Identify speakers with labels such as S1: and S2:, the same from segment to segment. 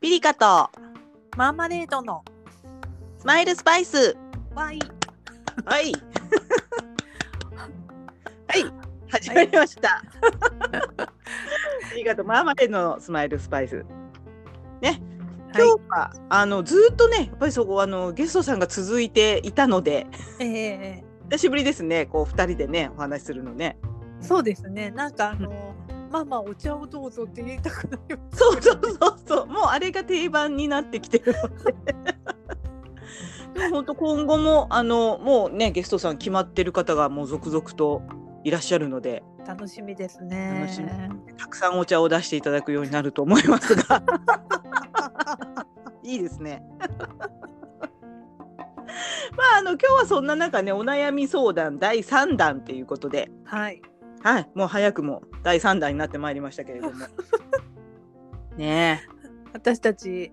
S1: ピリカとマーマレードのスマイルスパイス。
S2: はい。
S1: はい。はい。始まりました。ピリカとマーマレードのスマイルスパイス。ね。今日は、あのずっとね、やっぱりそこあのゲストさんが続いていたので、
S2: ええ
S1: 久しぶりですね。こう二人でねお話しするのね。
S2: そうですね。なんかあの、ママお茶をどうぞって言いたくなります。
S1: そうそうそうそう。もうあれが定番になってきてるので。でも本当今後もあのもうねゲストさん決まってる方がもう続々といらっしゃるので
S2: 楽しみですね。
S1: 楽しみたくさんお茶を出していただくようになると思いますがいいですね。 まああの今日はそんな中ねお悩み相談第3弾ということで、
S2: はい。
S1: はい、もう早くも第3弾になってまいりましたけれども。ね
S2: 私たち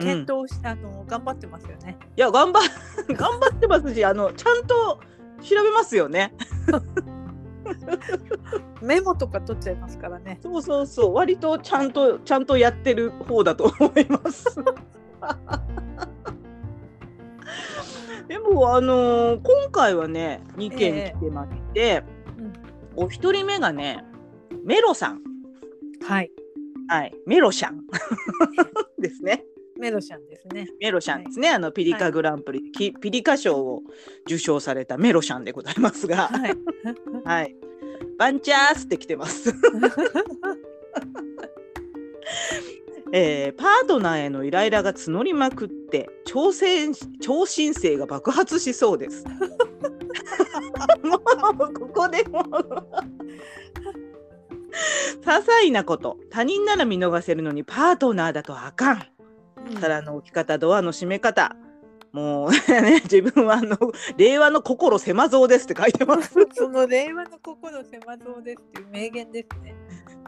S1: え、うん
S2: 検討し、あの頑張ってますよね。
S1: いや頑張 頑張ってますしあのちゃんと調べますよね。
S2: メモとか取っちゃいますからね。
S1: そうそうそう割とちゃんとちゃんとやってる方だと思います。 でもあのー今回はね2件来てまして、
S2: うん
S1: お一人目がねメロさん
S2: はい。
S1: はいメ ロシャンですね
S2: メロシャンですね。
S1: メロシャンですね、あのピリカグランプリ、きピリカ賞を受賞されたメロシャンでございますが。
S2: はい。
S1: はい。バンチャースって来 てます。えーパートナーへのイライラが募りまくって超新超新星が爆発しそ うです。もうここでもう些細なこと他人なら見逃せるのにパートナーだとあかん
S2: うん
S1: 皿の置き方ドアの閉め方もうね自分はあの令和の心狭蔵ですって書いてます。
S2: その令和の心狭そうですっていう名言ですね。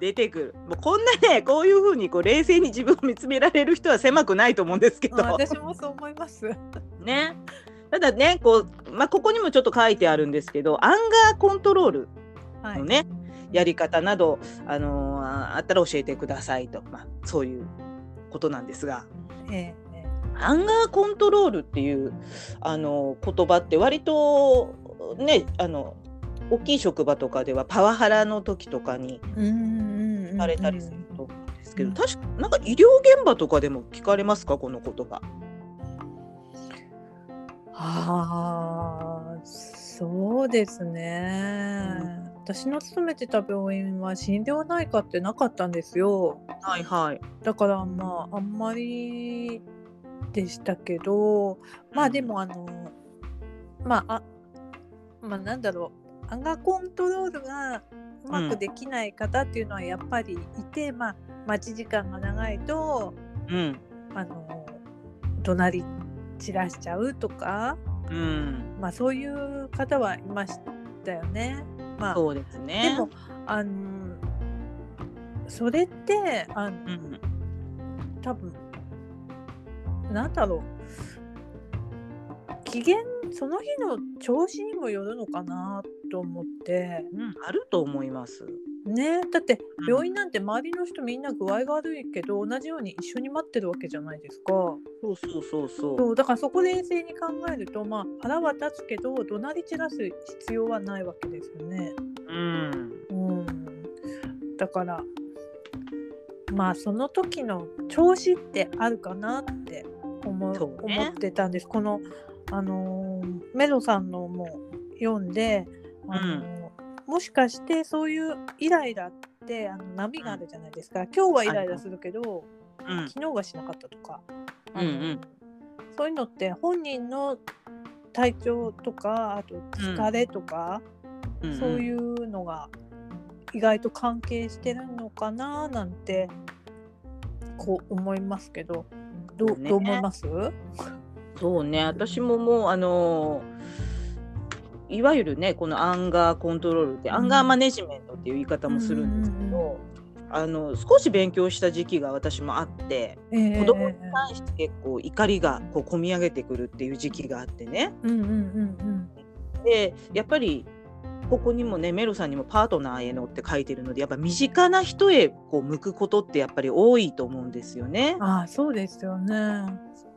S1: 出てくるもうこんなねこういうふうにこう冷静に自分を見つめられる人は狭くないと思うんですけ
S2: あ
S1: ど
S2: 私もそう思います。
S1: ねただねこう、まあ、ここにもちょっと書いてあるんですけどアンガーコントロール
S2: はい。
S1: のね、やり方など、あのーあったら教えてくださいと、まあ、そういうことなんですが
S2: ええええ
S1: アンガーコントロールっていう、あのー言葉って割とねあの大きい職場とかではパワハラの時とかに
S2: うんうんうんうん。
S1: されたりすると思うんですけど、
S2: うん
S1: 確かなんか医療現場とかでも聞かれますかこの言葉。
S2: ああそうですね、私の勤めてた病院は診療内科ってなかったんですよ
S1: はいはい。
S2: だからまああんまりでしたけどまあでもあのまああまあなんだろうアンガーコントロールがうまくできない方っていうのはやっぱりいて、まあ待ち時間が長いと
S1: うん
S2: あの怒鳴り散らしちゃうとか
S1: うん。
S2: まあそういう方はいましたよね。まあ、
S1: そうですね。
S2: でも、あのそれってあの
S1: うん、
S2: 多分なんだろう機嫌その日の調子にもよるのかなと思って
S1: うん、あると思います。
S2: ねだって
S1: うん
S2: 病院なんて周りの人みんな具合が悪いけど同じように一緒に待ってるわけじゃないですか。
S1: そうそうそうそう。
S2: そうだからそこ冷静に考えると、まあ、腹は立つけど怒鳴り散らす必要はないわけですよね。
S1: うん。
S2: うん、だからまあその時の調子ってあるかなって思う
S1: そうね
S2: 思ってたんですこの、あのーメロさんのも読んで、あのーもしかしてそういうイライラってあの波があるじゃないですか、今日はイライラするけど、
S1: うん。
S2: 昨日はしなかったとか、
S1: うんうん
S2: そういうのって本人の体調とかあと疲れとか、
S1: うん
S2: そういうのが意外と関係してるのかななんてこう思いますけどどう,、
S1: ね
S2: どう思います
S1: そうね。私ももうあのーいわゆるねこのアンガーコントロールって、
S2: うん
S1: アンガーマネジメントっていう言い方もするんですけど、
S2: うんうん
S1: あの少し勉強した時期が私もあって、子供に対して結構怒りがこう込み上げてくるっていう時期があってね
S2: うんうんうん
S1: でやっぱりここにもねメロさんにも「パートナーへの」って書いてるのでやっぱ身近な人へこう向くことってやっぱり多いと思うんですよね。
S2: ああそうですよね。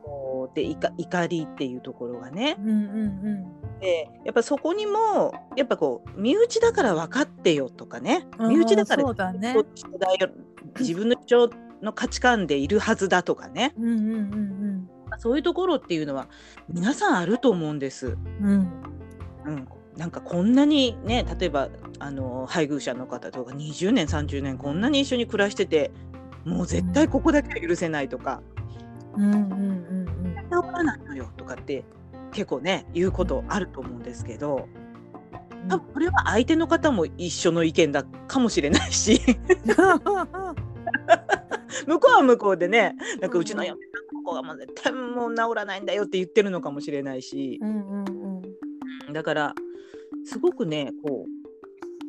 S1: こうでいか怒りっていうところがね。
S2: うんうん
S1: でやっぱそこにもやっぱこう身内だから分かってよとかね
S2: うん。
S1: 身内だから
S2: そうだね。
S1: こっちだよ自分の主張の価値観でいるはずだとかね
S2: うんうんうん
S1: そういうところっていうのは皆さんあると思うんです。
S2: うん。うん
S1: うん、なんかこんなにね例えばあの配偶者の方とか20年30年こんなに一緒に暮らしててもう絶対ここだけは許せないとか
S2: うんうんうん
S1: 治らないのよとかって結構ね言うことあると思うんですけど
S2: うん。
S1: 多分これは相手の方も一緒の意見だかもしれないし 向こうは向こうでねなんかうちの嫁さんの子がもう絶対もう治らないんだよって言ってるのかもしれないし
S2: うんうんうん。
S1: だからすごくねこう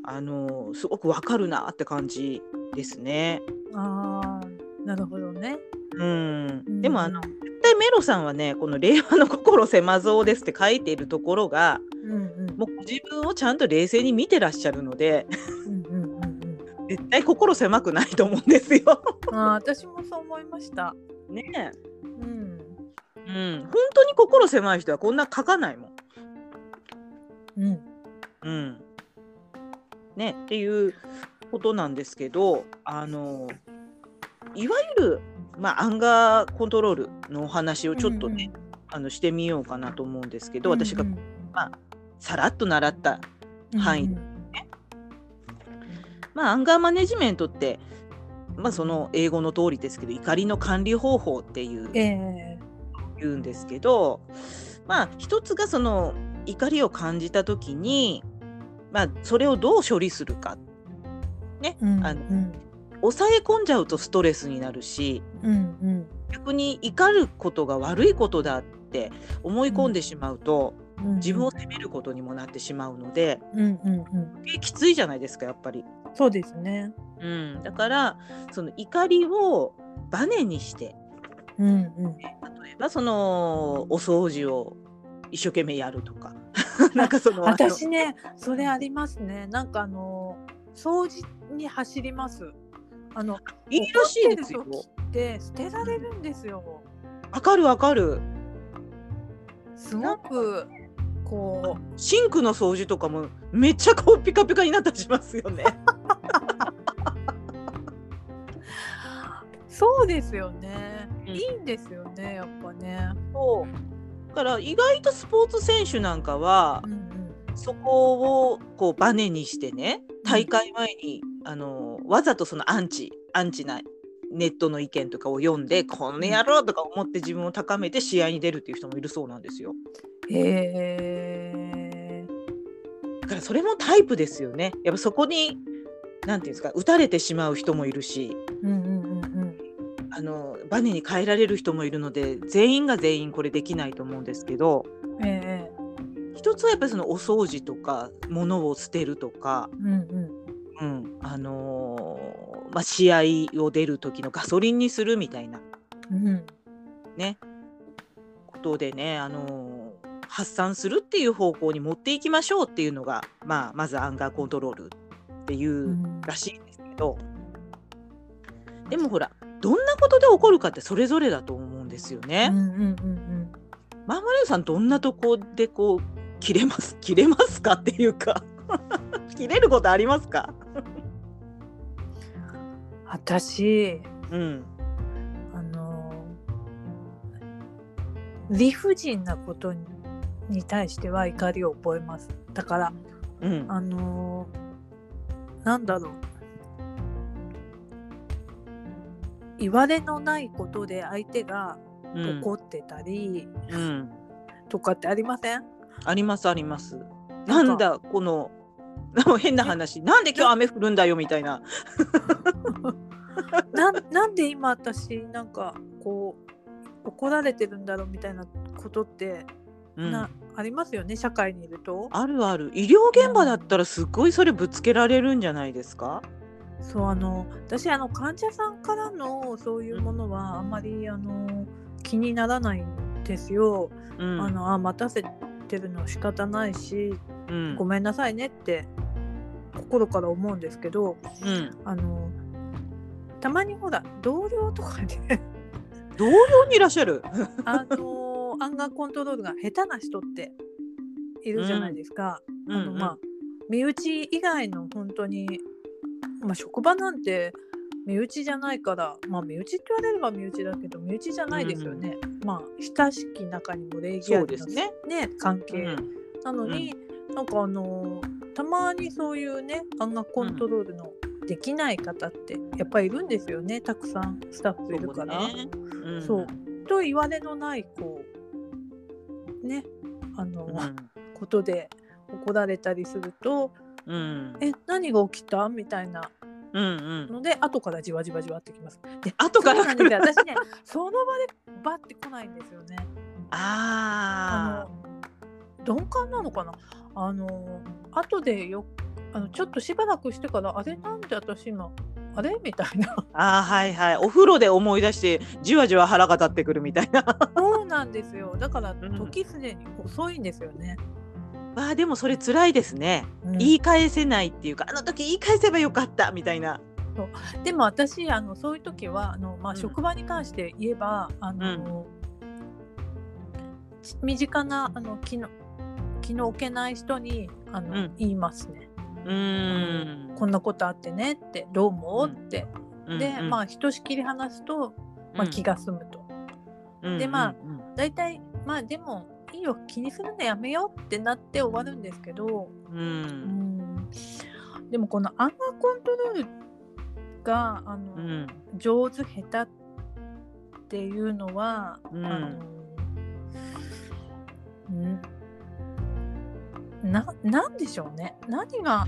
S1: あのすごくわかるなって感じですね。
S2: ああなるほどね。
S1: うん、でもあの
S2: う
S1: 絶対メロさんはねこの「令和の心狭蔵です」って書いているところが
S2: んうん
S1: もうご自分をちゃんと冷静に見てらっしゃるので
S2: うんうんうん
S1: 絶対心狭くないと思うんですよ。
S2: うん。ああ私もそう思いました。
S1: ね
S2: うん
S1: え、うん、本当に心狭い人はこんな書かないもん。
S2: うん
S1: うん、ねっていうことなんですけどあのいわゆる、まあ、アンガーコントロールのお話をちょっとね、あのしてみようかなと思うんですけど、
S2: うんうん
S1: 私がさらっと習った範囲
S2: うん
S1: まあ、アンガーマネジメントって、まあ、その英語の通りですけど怒りの管理方法ってい
S2: う
S1: う
S2: んえ
S1: 言うんですけど、まあ、一つがその怒りを感じた時に、まあ、それをどう処理するか
S2: えうん
S1: あ
S2: うん
S1: 抑え込んじゃうとストレスになるし
S2: うん
S1: 逆に怒ることが悪いことだって思い込んでしまうと、
S2: うん
S1: 自分を責めることにもなってしまうので
S2: うんうんうん
S1: えきついじゃないですかやっぱり。
S2: そうですね。
S1: うん、だからその怒りをバネにして
S2: うんうん。
S1: 例えばそのお掃除を一生懸命やる とかなんかそのあの
S2: 私ねそれありますね。なんかあの掃除に走ります。あの
S1: いいらしいですよ
S2: 怒ってる時って捨てられるんですよ。
S1: わかるわかる
S2: すごくこ
S1: シンクの掃除とかもめっちゃこうピカピカになったりしますよ ね
S2: うそうですよね。
S1: うん
S2: いいんですよねやっぱね。
S1: そうだから意外とスポーツ選手なんかは
S2: うんうん
S1: そこをこうバネにしてね大会前にあのわざとそのアンチアンチなネットの意見とかを読んでこの野郎とか思って自分を高めて試合に出るっていう人もいるそうなんですよ
S2: へえ。
S1: だからそれもタイプですよねやっぱそこになんていうんですか打たれてしまう人もいるし
S2: うんうんうんうん。
S1: あのバネに変えられる人もいるので全員が全員これできないと思うんですけど
S2: ええ
S1: 一つはやっぱりそのお掃除とか物を捨てるとか、
S2: うんうん。
S1: うんあのーまあ、試合を出る時のガソリンにするみたいな
S2: うん。
S1: ねことでね、あのー発散するっていう方向に持っていきましょうっていうのが、まあ、まずアンガーコントロールっていうらしいんですけど、でもほらどんなことで起こるかってそれぞれだと思うんですよね。
S2: うんうんうん
S1: マーマレードさんどんなとこでこう 切れます切れますかっていうか 切れることありますか？
S2: うん。私
S1: うん。
S2: あの理不尽なことにに対しては怒りを覚えます。だから
S1: うん。
S2: あのなんだろう。言われのないことで相手が
S1: うん
S2: 怒ってたり
S1: うん。
S2: とかってありません、
S1: ありますあります。
S2: な
S1: な
S2: んんか
S1: だこの 変な話。なんで今日雨降るんだよみたいな。
S2: なんなんで今私なんかこう怒られてるんだろうみたいなことって
S1: うん。
S2: な
S1: あ
S2: ありますよね社会にいると
S1: るある。医療現場だったらすっごいそれぶつけられるんじゃないですか？
S2: そうあの私あの患者さんからのそういうものはあんまりあの気にならないんですよ、
S1: うん。
S2: あのあ待たせてるの仕方ないし
S1: うん
S2: ごめんなさいねって心から思うんですけど
S1: うん、
S2: あのたまにほら同僚とかで
S1: 同僚にいらっしゃる。
S2: あのアンガーコントロールが下手な人っているじゃないですか。
S1: う
S2: あのまあ、身内以外の本当に、まあ、職場なんて身内じゃないから、まあ、身内って言われれば身内だけど身内じゃないですよね、まあ親しき中にも礼儀あ
S1: そう
S2: り
S1: です
S2: の、
S1: ね。
S2: ね関
S1: う
S2: 係、
S1: ん、
S2: なのに、なんかあのーたまにそういうね音楽コントロールのできない方ってやっぱりいるんですよねたくさんスタッフいるから。
S1: そうねうん
S2: そうと言われのないこうねあのー、
S1: う
S2: ことで怒られたりすると
S1: ん、うん
S2: 「え何が起きた?」みたいな
S1: うんうん。
S2: ので後からじわじわじわってきます。で
S1: 後から
S2: そうなんですよ私ねその場でバッて来ないんですよね。あ
S1: ああ。
S2: の鈍感なのかなあの後でよあのちょっとしばらくしてからあれなんで私今あれみたいな
S1: あーはいはい。お風呂で思い出して、じわじわ腹が立ってくるみたいな。
S2: そうなんですよだから
S1: ん
S2: 時すでに遅いんですよね、
S1: わあ、でもそれ辛いですね。
S2: うん
S1: 言い返せないっていうか、あの時言い返せばよかったみたいな。
S2: でも私あのそういう時はあの、ま
S1: う
S2: あ、
S1: ん
S2: 職場に関して言えば、あの、ち身近なあの気の気の置けない人にあの、
S1: うん
S2: 言いますね
S1: うーん。
S2: こんなことあってねってどう思うって、で、ま
S1: あ、
S2: あひとしきり話すと、まあ、気が済むと。
S1: うん
S2: でまあ、
S1: うんうん
S2: 大体まあでもいいよ気にするのやめようってなって終わるんですけど、
S1: う
S2: うんん、でもこのアンガーコントロールがあの、
S1: うん
S2: 上手下手っていうのは、
S1: うん
S2: あのうんななんでしょうね何が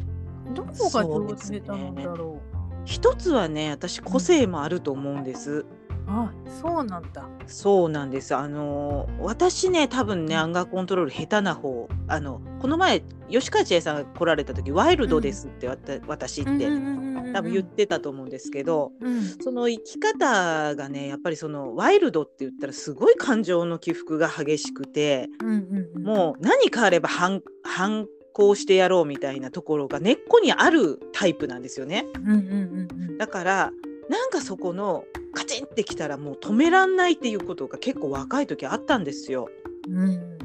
S2: どこが上手下手なんだろう
S1: 一つはね私個性もあると思うんです。
S2: あそうなんだ
S1: そうなんです。あのー私ね多分ね
S2: うん
S1: アンガーコントロール下手な方あのこの前吉川千恵さんが来られた時「ワイルドです」ってわた、私って多
S2: 多
S1: 分言ってたと思うんですけど、
S2: うん
S1: その生き方がねやっぱりそのワイルドって言ったらすごい感情の起伏が激しくて
S2: うんうんうん、
S1: もう何かあれば反反抗してやろうみたいなところが根っこにあるタイプなんですよね。
S2: うんうんうんうん
S1: だからなんかそこのカチンってきたらもう止めらんないっていうことが結構若い時あったんですよ。
S2: うん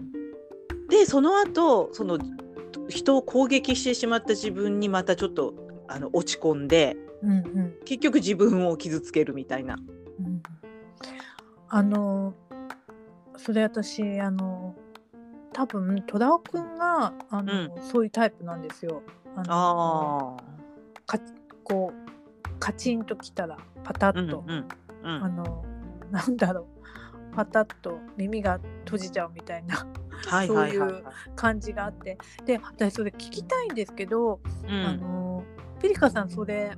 S1: でその後その人を攻撃してしまった自分にまたちょっとあの落ち込んで
S2: うんうん
S1: 結局自分を傷つけるみたいな。
S2: うんあのそれ私あの多分戸田尾くんがあの、そういうタイプなんですよ。あの
S1: あ
S2: かこうカチンときたらパタ
S1: う
S2: ッ
S1: んう
S2: と、
S1: んう
S2: あ
S1: ん、
S2: のなんだろうパタッと耳が閉じちゃうみたいな
S1: はいはいはいはい。
S2: 感じがあってで私それ聞きたいんですけど、
S1: う
S2: あ
S1: ん
S2: のピリカさんそれ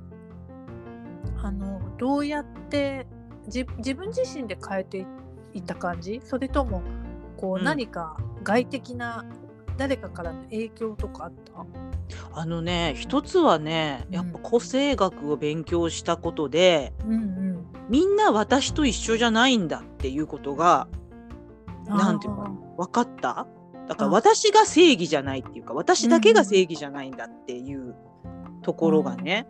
S2: あのどうやってじ自分自身で変えていった感じそれともこう、
S1: うん
S2: 何か外的な誰かからの影響とかあった
S1: あのね一つはねやっぱ個性学を勉強したことで、
S2: うんうん
S1: みんな私と一緒じゃないんだっていうことがなんていうのかな分かっただから
S2: あ
S1: 私が正義じゃないっていうか私だけが正義じゃないんだっていうところがね、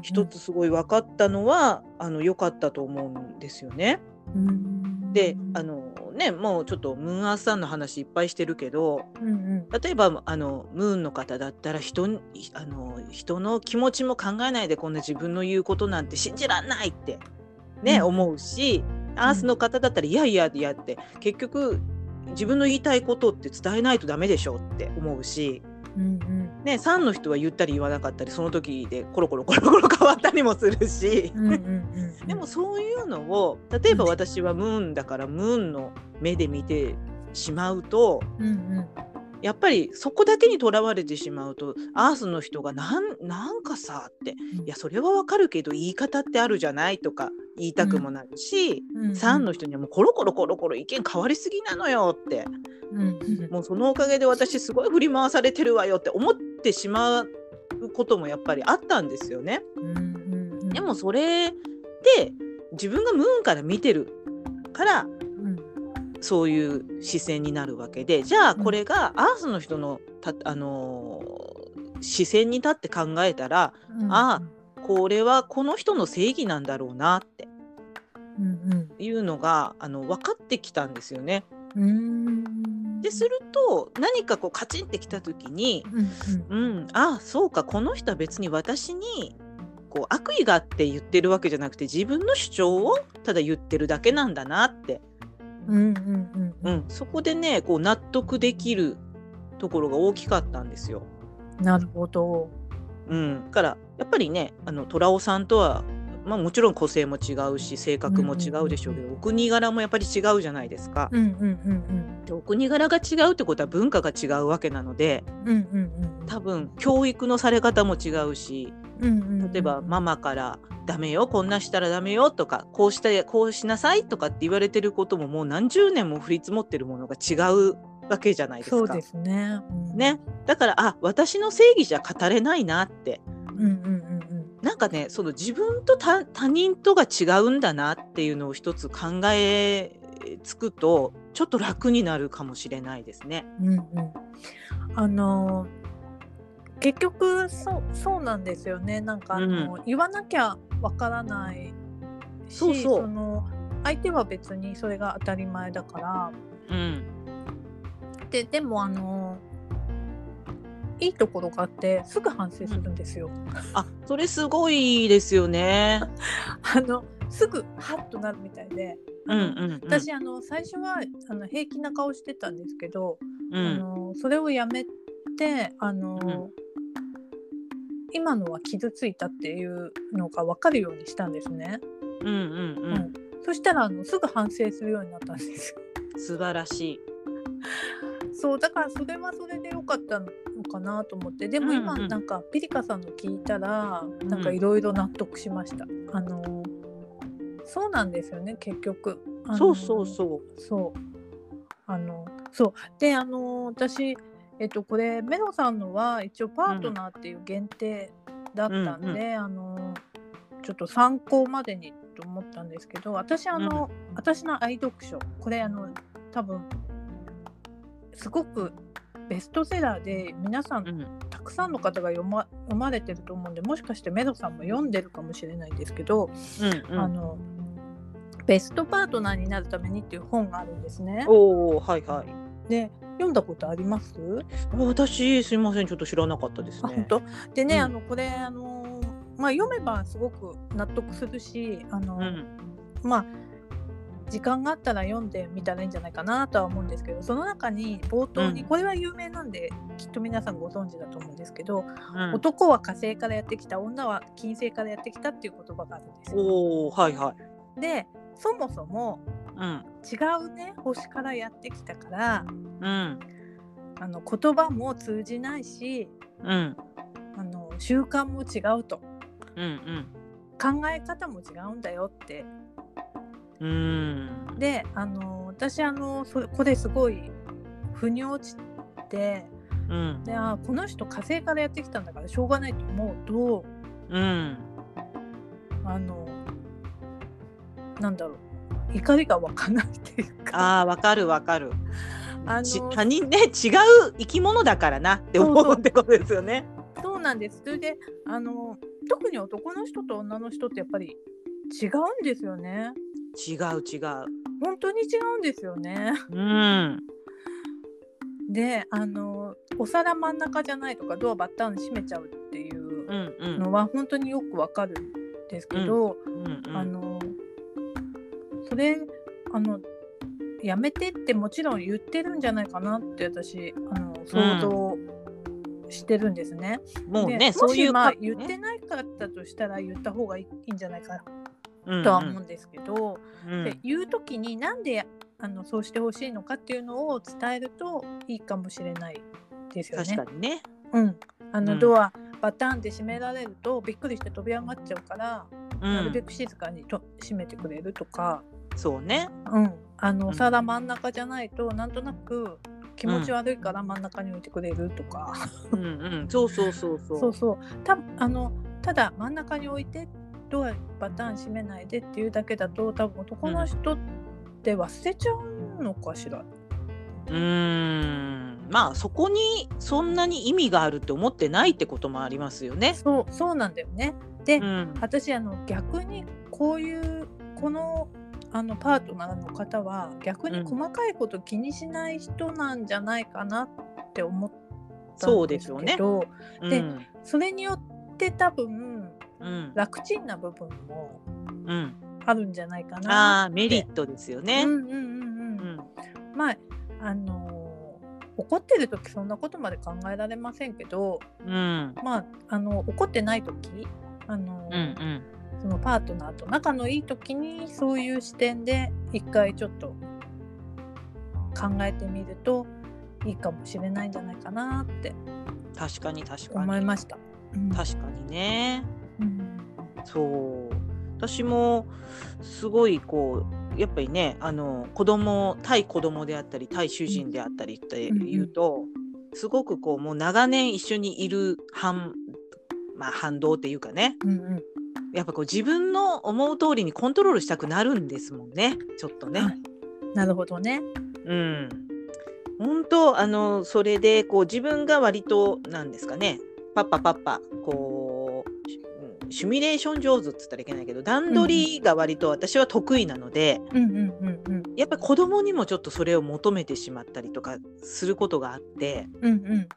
S1: 一、つすごい分かったのはあの良かったと思うんですよね。
S2: うんうん
S1: であ、のねもうちょっとムーンアースさんの話いっぱいしてるけど
S2: うんうん
S1: 例えばあのムーンの方だったら人にあの人の気持ちも考えないでこんな自分の言うことなんて信じらんないって、ね
S2: うん
S1: 思うしアースの方だったらいやいやいやって結局自分の言いたいことって伝えないとダメでしょって思うし、
S2: うんうん
S1: ね、3の人は言ったり言わなかったりその時でコロコロコロコロ変わったりもするし。
S2: うんうんうんうん
S1: でもそういうのを例えば私はムーンだからムーンの目で見てしまうと
S2: うんうん
S1: やっぱりそこだけにとらわれてしまうとアースの人がなんなんかさっていやそれはわかるけど言い方ってあるじゃないとか言いたくもなるし、
S2: うんうん
S1: 3の人にはもうコロコロコロコロ意見変わりすぎなのよって
S2: うんうん
S1: もうそのおかげで私すごい振り回されてるわよって思ってしまうこともやっぱりあったんですよね。
S2: うんうんうん
S1: でもそれで自分がムーンから見てるから
S2: うん
S1: そういう視線になるわけでじゃあこれがアースの人のた、あのー視線に立って考えたら
S2: うん
S1: あこれはこの人の正義なんだろうなって
S2: うん
S1: いうのがあの分かってきたんですよね。
S2: うんうん
S1: ですると何かこうカチンってきた時に
S2: うん
S1: うん、あそうかこの人は別に私にこう悪意があって言ってるわけじゃなくて自分の主張をただ言ってるだけなんだなって、
S2: うんうんうんう
S1: う
S2: ん
S1: ん、そこでねこう納得できるところが大きかったんですよ。
S2: なるほど
S1: うん、だからやっぱりねあの虎雄さんとは、まあ、もちろん個性も違うし性格も違うでしょうけど、お国柄もやっぱり違うじゃないですか。
S2: うんうん
S1: でお国柄が違うってことは文化が違うわけなので
S2: うんうんうん
S1: 多分教育のされ方も違うし
S2: うんうんうんうん
S1: 例えばママから「ダメよこんなしたらダメよ」とか「こうしてこうしなさい」とかって言われてることももう何十年も降り積もってるものが違うわけじゃないですか。
S2: そうですねうん
S1: ね、だからあ私の正義じゃ語れないなって
S2: うんうん
S1: なんかねその自分と他他人とが違うんだなっていうのを一つ考えつくとちょっと楽になるかもしれないですね。
S2: うんうんうんうんあのー結局そうそうなんですよねなんかあの、言わなきゃわからないし
S1: そうそう
S2: の相手は別にそれが当たり前だから
S1: うん、
S2: ででもあのいいところがあってすぐ反省するんですよ。
S1: あそれすごいですよね。
S2: あのすぐハッとなるみたいで、
S1: うんうんうん、
S2: 私あの最初はあの平気な顔してたんですけど、
S1: う
S2: あ
S1: ん
S2: のそれをやめてあの、
S1: うん
S2: 今のは傷ついたっていうのが分かるようにしたんですね。
S1: うんうんうん、
S2: そしたらあのすぐ反省するようになったんですよ。
S1: 素晴らしい。
S2: そうだからそれはそれで良かったのかなと思ってでも今
S1: うんうん
S2: なんかピリカさんの聞いたら
S1: うん
S2: なんかいろいろ納得しました。あのそうなんですよね結局。あの
S1: そうそうそう。
S2: そう。あの、そう。で、あの、私、えっと、これ、メロさんのは一応パートナーっていう限定だったんで、
S1: うんう
S2: あの、ちょっと参考までにと思ったんですけど、私、あの、私の愛読書、これ、あの、多分、すごくベストセラーで、皆さん、
S1: うん
S2: たくさんの方が読ま読まれてると思うんで、もしかしてメロさんも読んでるかもしれないんですけど、
S1: うんう
S2: あ
S1: ん、
S2: の、ベストパートナーになるためにっていう本があるんですね。
S1: おおはいはい。
S2: で読んだことあります、
S1: 私すいませんちょっと知らなかったです
S2: あ
S1: ね
S2: 本。当でね、
S1: うん
S2: あのこれあのーまあ読めばすごく納得するしあの、
S1: うん
S2: まあ時間があったら読んでみたらいいんじゃないかなとは思うんですけどその中に冒頭に、
S1: うん
S2: これは有名なんできっと皆さんご存知だと思うんですけど、
S1: うん、
S2: 男は火星からやってきた女は金星からやってきたっていう言葉があるんですよ。
S1: おおはいはい。
S2: でそもそも
S1: うん
S2: 違うね星からやってきたから
S1: うん
S2: あの言葉も通じないし
S1: うん
S2: あの習慣も違うと
S1: うん
S2: 考え方も違うんだよって
S1: うんうん
S2: であの私あのそれこれすごい腑に落ちて
S1: うん
S2: であこの人火星からやってきたんだからしょうがないと思うと
S1: うん
S2: あのなんだろう怒りが湧かないっていうか
S1: ああわかるわかる。
S2: あの
S1: ち
S2: そ
S1: 他人ね違う生き物だからなって思
S2: そうそう
S1: うってことですよね。
S2: うなんですそれであの特に男の人と女の人ってやっぱり違うんですよね
S1: 違う違う。
S2: 本当に違うんですよね。
S1: うん
S2: であのお皿真ん中じゃないとかドアバッタン閉めちゃうっていう
S1: うんうん
S2: のは本当によくわかるんですけど、
S1: うんう
S2: あ
S1: ん
S2: のそれあのやめてってもちろん言ってるんじゃないかなって私あの想像してるんですね。
S1: もう
S2: で
S1: ね
S2: も
S1: そうい
S2: し
S1: う
S2: まあ
S1: か
S2: 言ってないかったとしたら言った方がいいいいんじゃないか
S1: うん
S2: とは思うんですけど、
S1: うん
S2: で言う時になんであのそうしてほしいのかっていうのを伝えるといいかもしれないですよね。
S1: 確かにね。
S2: うん、あの、
S1: うん
S2: ドアバタンで閉められるとびっくりして飛び上がっちゃうから、
S1: う
S2: なるべ
S1: ん
S2: く静かにと閉めてくれるとか、
S1: そうね。
S2: うん、あの
S1: うん
S2: お皿真ん中じゃないとなんとなく気持ち悪いから真ん中に置いてくれるとか、
S1: うんうんそうそうそうそ う。
S2: そうそうたあのただ真ん中に置いてドアバタン閉めないでっていうだけだと多分男の人って忘れちゃうのかしら。
S1: うーんまあそこにそんなに意味があるって思ってないってこともありますよね。
S2: そうそうなんだよね。で、
S1: うん
S2: 私あの逆にこういうこのあのパートナーの方は逆に細かいこと気にしない人なんじゃないかなって思った
S1: そ
S2: ん
S1: うで
S2: で
S1: し
S2: す
S1: ょう
S2: け
S1: ね。
S2: ど、
S1: う
S2: で
S1: ん
S2: それによって多分
S1: うん
S2: 楽ちんな部分も
S1: うん、
S2: あるんじゃないかな。
S1: ああメリットですよね。
S2: う
S1: う
S2: ん
S1: ん
S2: うんうんうん。
S1: ん
S2: まああのー怒ってる時そんなことまで考えられませんけど、
S1: うん
S2: まああの怒ってない時あの
S1: うんう
S2: ー、
S1: ん
S2: そのパートナーと仲のいい時にそういう視点で一回ちょっと考えてみるといいかもしれないんじゃないかなって
S1: 確かに確か
S2: 思い
S1: に
S2: ました。うん
S1: 確かにね。
S2: うん
S1: そう私もすごいこうやっぱりねあの子供対子供であったり対主人であったりっていうと、すごくこうもう長年一緒にいる反,、まあ、反動っていうかね
S2: うんうん
S1: やっぱこう自分の思う通りにコントロールしたくなるんですもんねちょっとね。
S2: はいなるほどね。
S1: うん本当あのそれでこう自分が割となんですかねパッパパッパこうシュうんシミュレーション上手って言ったらいけないけど段取りが割と私は得意なので、
S2: うんうんうんうん
S1: やっぱり子供にもちょっとそれを求めてしまったりとかすることがあって
S2: うんうん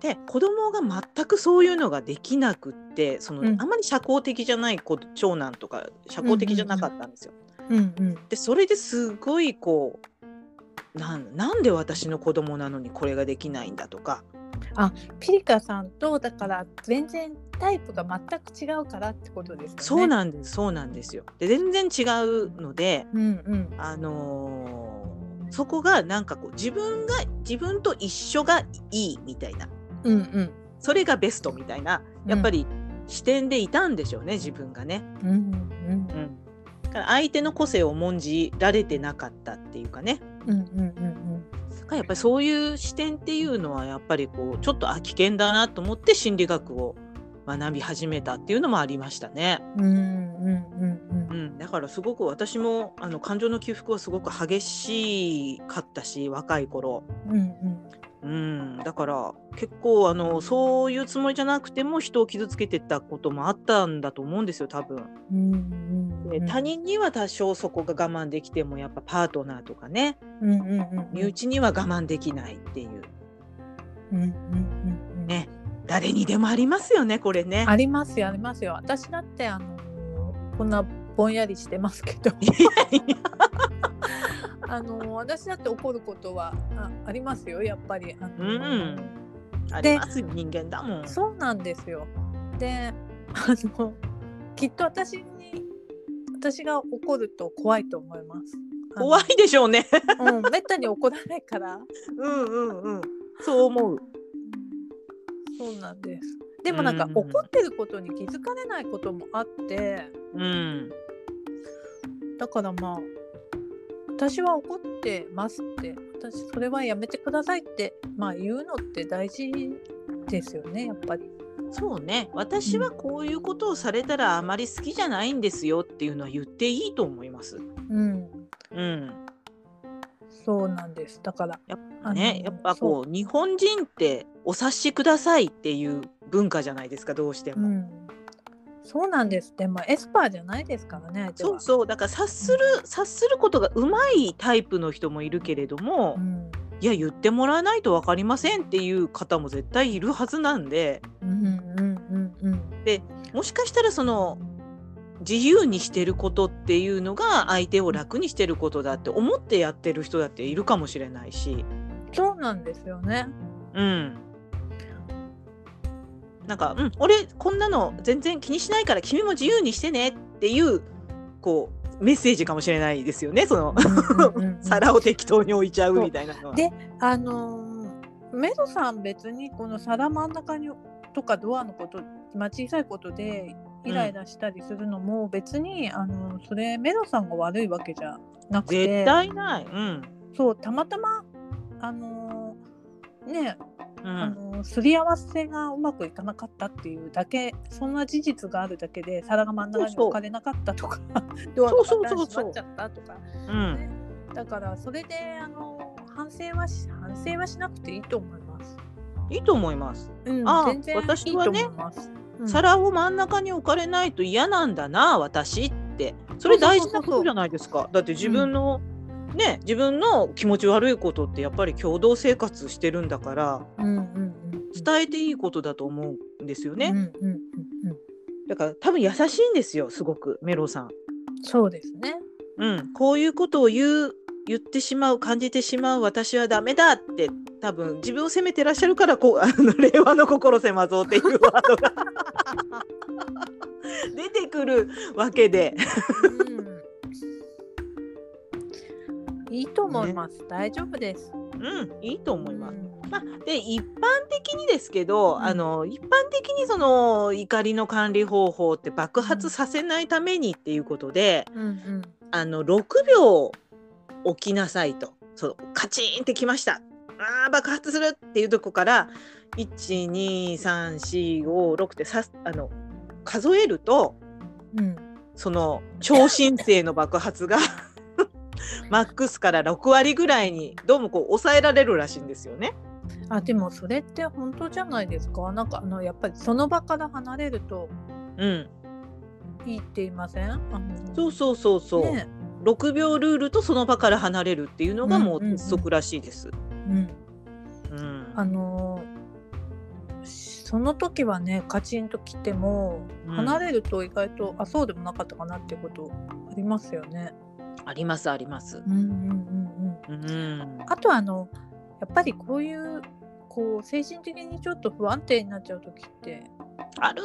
S1: で子供が全くそういうのができなくってその、
S2: うん
S1: あまり社交的じゃない子長男とか社交的じゃなかったんですよ。
S2: うんうん
S1: でそれですごいこうなんなんで私の子供なのにこれができないんだとか
S2: ピリカさんとだから全然タイプが全く違うからってことですよね。
S1: そうなんですそうなんですよ。で全然違うので、
S2: うんうん
S1: あのーそこがなんかこう自分が自分と一緒がいいみたいな
S2: うんうん
S1: それがベストみたいな
S2: うん
S1: やっぱり視点でいたんでしょうね自分がね。
S2: うんうん
S1: うんだから相手の個性を重んじられてなかったっていうかね
S2: うんうんうん
S1: だからやっぱりそういう視点っていうのはやっぱりこうちょっとあ危険だなと思って心理学を学び始めたっていうのもありましたね。
S2: うんうんうんうん
S1: う。ん、だからすごく私もあの感情の起伏はすごく激しかったし若い頃。
S2: うんうん
S1: うん、だから結構あのそういうつもりじゃなくても人を傷つけてったこともあったんだと思うんですよ多分、
S2: うんうんう
S1: で
S2: ん
S1: 他人には多少そこが我慢できてもやっぱパートナーとかね
S2: うんうんうん
S1: 身内には我慢できないっていう
S2: うんうんうんうん
S1: ね誰にでもありますよねこれね。
S2: ありますよありますよ私だってあのーこんなぼんやりしてますけど あのー私だって怒ることはあありますよやっぱりあのー、
S1: うんありますよ人間だもん。
S2: そうなんですよであのきっと私に私が怒ると怖いと思いますあの
S1: 怖いでしょうね。
S2: うんめったに怒らないから
S1: うんうんうん。そう思う。
S2: そうなんです。でもなんか
S1: うんうんうん
S2: 怒ってることに気づかれないこともあって
S1: うん。
S2: だからまあ私は怒ってますって私それはやめてくださいってまあ言うのって大事ですよねやっぱり。
S1: そうね。私はこういうことをされたらあまり好きじゃないんですよっていうのは言っていいと思います。
S2: うん
S1: うん。
S2: そうなんですだから
S1: やっ
S2: あの
S1: ね、やっぱ
S2: そ
S1: こう日本人ってお察しくださいっていう文化じゃないですかどうして
S2: う、う
S1: も。
S2: ん、そうなんですでもエスパーじゃないですからね相手
S1: そう
S2: は。
S1: そうだから察する、察することがうまいタイプの人もいるけれども、
S2: うん
S1: いや言ってもらわないと分かりませんっていう方も絶対いるはずなんで
S2: うんうんうんうん
S1: もしかしたらその自由にしてることっていうのが相手を楽にしてることだって思ってやってる人だっているかもしれないし、
S2: そうなんですよ ね。
S1: うん、なんか、うん、俺こんなの全然気にしないから君も自由にしてねっていうこうメッセージかもしれないですよねその
S2: うんうんうんうん
S1: 皿を適当に置いちゃうみたいなのは。
S2: であのーメドさん別にこの皿真ん中にとかドアのこと、まあ、小さいことでイライラしたりするのも別に、あのそれメドさんが悪いわけじゃなくて
S1: 絶対ない。うん
S2: そうたまたまあのーね、
S1: う
S2: あ
S1: ん
S2: のーすり合わせがうまくいかなかったっていうだけそんな事実があるだけで皿が真ん中に置かれなかったとかドアが
S1: そうそう
S2: また
S1: そうそ
S2: 閉
S1: う
S2: まっちゃったとか、
S1: うん
S2: ねだからそれであの反省はし反省はしなくていいと思います。
S1: いいと思います。
S2: うん、
S1: ああ
S2: 全然いいと
S1: 私はね
S2: 思います。うん
S1: 皿を真ん中に置かれないと嫌なんだな私ってそれ大事なことじゃないですかだって自分の、ね自分の気持ち悪いことってやっぱり共同生活してるんだから
S2: うんうんうん、
S1: 伝えていいことだと思うんですよね、
S2: うんうんうんうん、
S1: だから多分優しいんですよすごくメロさん、
S2: そうですね。
S1: うん、こういうことを言う言ってしまう感じてしまう私はダメだって多分自分を責めてらっしゃるからこう あの令和の心狭そうっていうワードが 出てくるわけで。
S2: いいと思います。大丈夫です。
S1: うん、いいと思います。
S2: うん
S1: まあ、で一般的にですけど、
S2: うん
S1: あの一般的にその怒りの管理方法って爆発させないためにっていうことで、
S2: うん
S1: あの6秒置きなさいとそうカチーンってきましたあー爆発するっていうとこから12345ってさあの数えると
S2: うんうん
S1: その超新星の爆 発がマックスから6割ぐらいにどうもこう抑えられるらしいんですよね。
S2: あでもそれって本当じゃないですか。なんかあのやっぱりその場から離れると
S1: うん、
S2: いいって言いません。あの
S1: そうそうそうそう、
S2: ね
S1: 6秒ルールとその場から離れるっていうのがもう
S2: うんうんうん
S1: 鉄則らしいです。
S2: うん、
S1: うん
S2: あのーしその時はねカチンと来ても
S1: うん
S2: 離れると意外と、あそうでもなかったかなっていうことありますよね。
S1: ありますあります。
S2: うんうんうんうん。
S1: うん、
S2: あとはあのやっぱりこういうこう精神的にちょっと不安定になっちゃう時って
S1: ある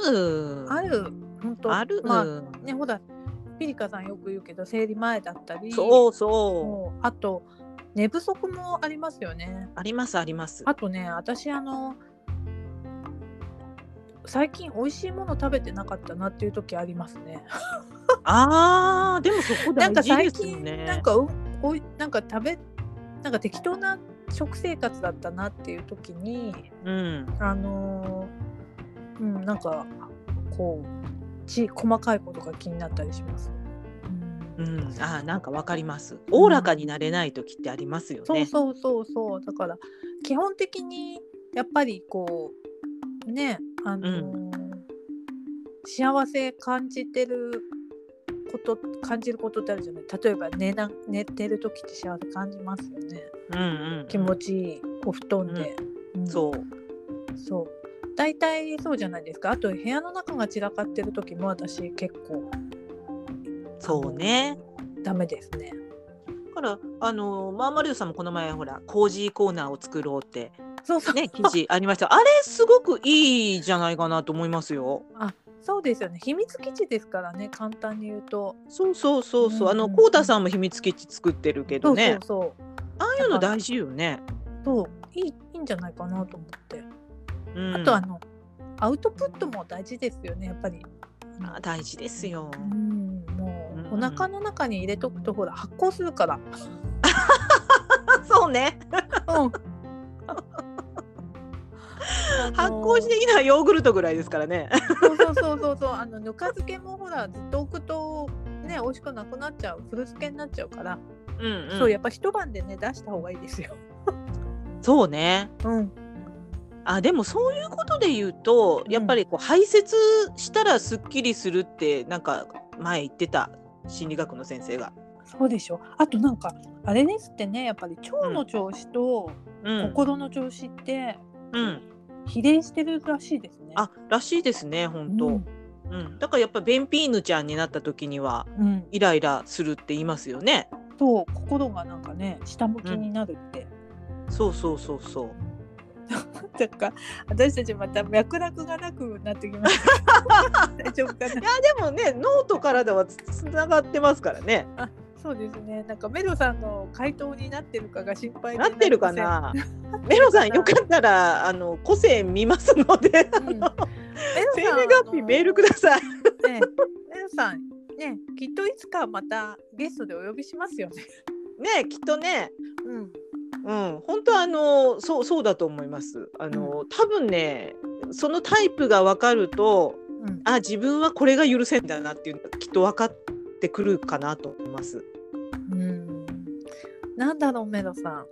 S2: ある本当
S1: ある、
S2: まあねほらピリカさんよく言うけど生理前だったり
S1: そうそ
S2: もうあと寝不足もありますよね
S1: うありますあります。
S2: あとね私あの最近美味しいもの食べてなかったなっていう時ありますね。
S1: あーでもそこ
S2: な
S1: 大
S2: んか
S1: 事
S2: 最
S1: ですよ
S2: 近、
S1: ね。
S2: なんかうおいなんか食べなんか適当な食生活だったなっていう時に
S1: うん
S2: あのーうん、なんかこうち細かいことが気になったりします。
S1: う
S2: うん
S1: ん、あーなんかわかります。おおらかになれない時ってありますよ
S2: そう
S1: ね。
S2: そうそうそうだから基本的にやっぱりこうねあのー幸せ感じてること感じることってあるじゃない例えば寝な寝てる時って幸せ感じますよね
S1: うんうん、
S2: 気持ちいいお布団で、うん
S1: そう
S2: そう大体そうじゃないですかあと部屋の中が散らかってる時も私結構
S1: そうね。
S2: ダメですね
S1: だからあのマーマリオさんもこの前ほらコージーコーナーを作ろうって
S2: そうそう、
S1: ね、記事ありました。あれ、すごくいいじゃないかなと思いますよ。
S2: あ そうですよね秘密基地ですからね簡単に言うと
S1: そうそうそうそう、あ
S2: う
S1: の、
S2: ん
S1: こうたさんも秘密基地作ってるけどね。
S2: そう
S1: ああいうの大事よね。
S2: そうそうそういいいいんじゃないかなと思って、
S1: うん、
S2: あとあのアウトプットも大事ですよねやっぱり
S1: あ大事ですよ。
S2: うんも
S1: うん
S2: うお腹の中に入れとくとほら発酵するから
S1: あ、そうね。
S2: うん
S1: 発酵していいのはヨーグルトぐらいですからね。
S2: そうそうそうそうそうあのぬか漬けもほらずっと置くとね美味しくなくなっちゃう古漬けになっちゃうから、
S1: うん、うん、
S2: そうやっぱ一晩でね出した方がいいですよ。
S1: そうね。
S2: うん、
S1: あ、でも、そういうことで言うと、
S2: うん
S1: やっぱりこう排泄したらすっきりするって、なんか前言ってた。心理学の先生が。
S2: そうでしょあとなんかあれですってねやっぱり腸の調子と
S1: うん。
S2: 心の調子って
S1: うん。
S2: 比例してるらしいですね。
S1: あ、らしいですね、本当。
S2: うん
S1: うん、だからやっぱ便秘犬ちゃんになった時には
S2: うん、
S1: イライラするって言いますよね。
S2: と心がなんかね下向きになるって、
S1: そうそうそうそう。
S2: なんか私たちまた脈絡がなくなってきました。 大丈夫かな。
S1: あでもね脳と体はつつながってますからね。
S2: そうですね。なんかメロさんの回答になってるかが心配で
S1: なってるか。な。メロさんよかったらあの個性見ますので。
S2: うん、メロ
S1: 生年月日メールください。
S2: さん、ね、メロさんねきっといつかまたゲストでお呼びしますよね。
S1: ねきっとね。
S2: うん。
S1: うん本当あのそうそうだと思います。あの多分ねそのタイプが分かると
S2: うん、
S1: あ自分はこれが許せんだなっていうのがきっと分かってくるかなと思います。
S2: うんなんだろうメロさ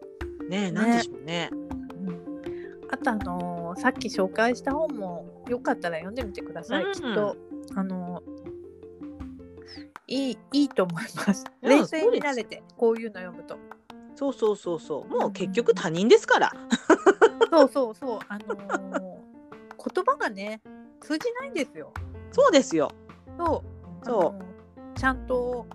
S2: ん、
S1: ねえ、なんでしょうね。
S2: うん、あとあのーさっき紹介した本もよかったら読んでみてください、
S1: うん
S2: きっとあのーいいいいと思います
S1: うん
S2: 冷静になれてこういうの読むと
S1: そうそうそうそう。もう結局他人ですから。
S2: そうそうそうあのー 言葉がね通じないんですよ
S1: そうですよ。
S2: そう
S1: そう
S2: あのーちゃんと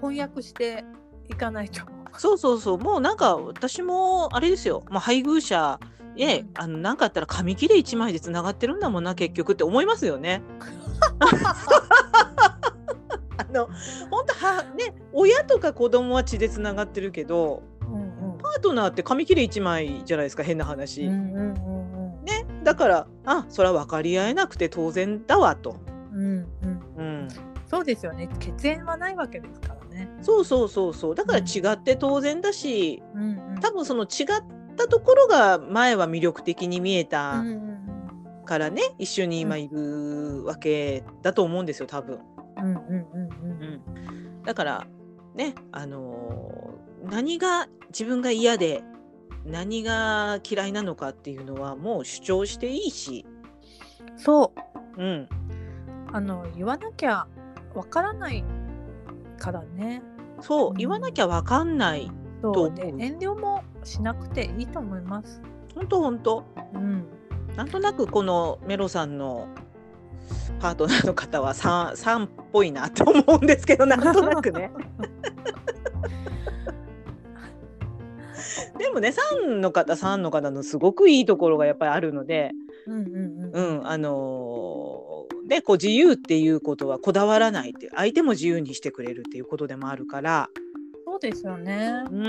S2: 翻訳していかないと
S1: そうそうそう。もうなんか私もあれですよ。まあ配偶者え、
S2: うん
S1: あのなんかあったら紙切れ一枚でつながってるんだもんな結局って思います よね。あの本当はね親とか子供は血でつながってるけど
S2: うんうん
S1: パートナーって紙切れ一枚じゃないですか変な話。
S2: うんうんうんうん
S1: ねだからあそれは分かり合えなくて当然だわと。
S2: うんうん
S1: うん。
S2: そうですよね血縁はないわけですからね
S1: そうそうそうそう。だから違って当然だし、
S2: うんうん
S1: 多分その違ったところが前は魅力的に見えた
S2: うんうん
S1: からね、一緒に今いるわけだと思うんですよ多分、
S2: うんうんうんうん
S1: うん、だからねあのー何が自分が嫌で何が嫌いなのかっていうのはもう主張していいし、
S2: そう
S1: うん、
S2: あの言わなきゃわからないからね
S1: そう言わなきゃ分かんない
S2: そ
S1: ど
S2: う
S1: う
S2: で遠慮もしなくていいと思います
S1: ほんとほんと
S2: うん
S1: なんとなくこのメロさんのパートナーの方はさんさんっぽいなと思うんですけどなんとな くねでもね3の方3の方のすごくいいところがやっぱりあるので、
S2: うんうんう
S1: うんんあのーでこう自由っていうことはこだわらないっていう相手も自由にしてくれるっていうことでもあるから、
S2: そうですよね
S1: うん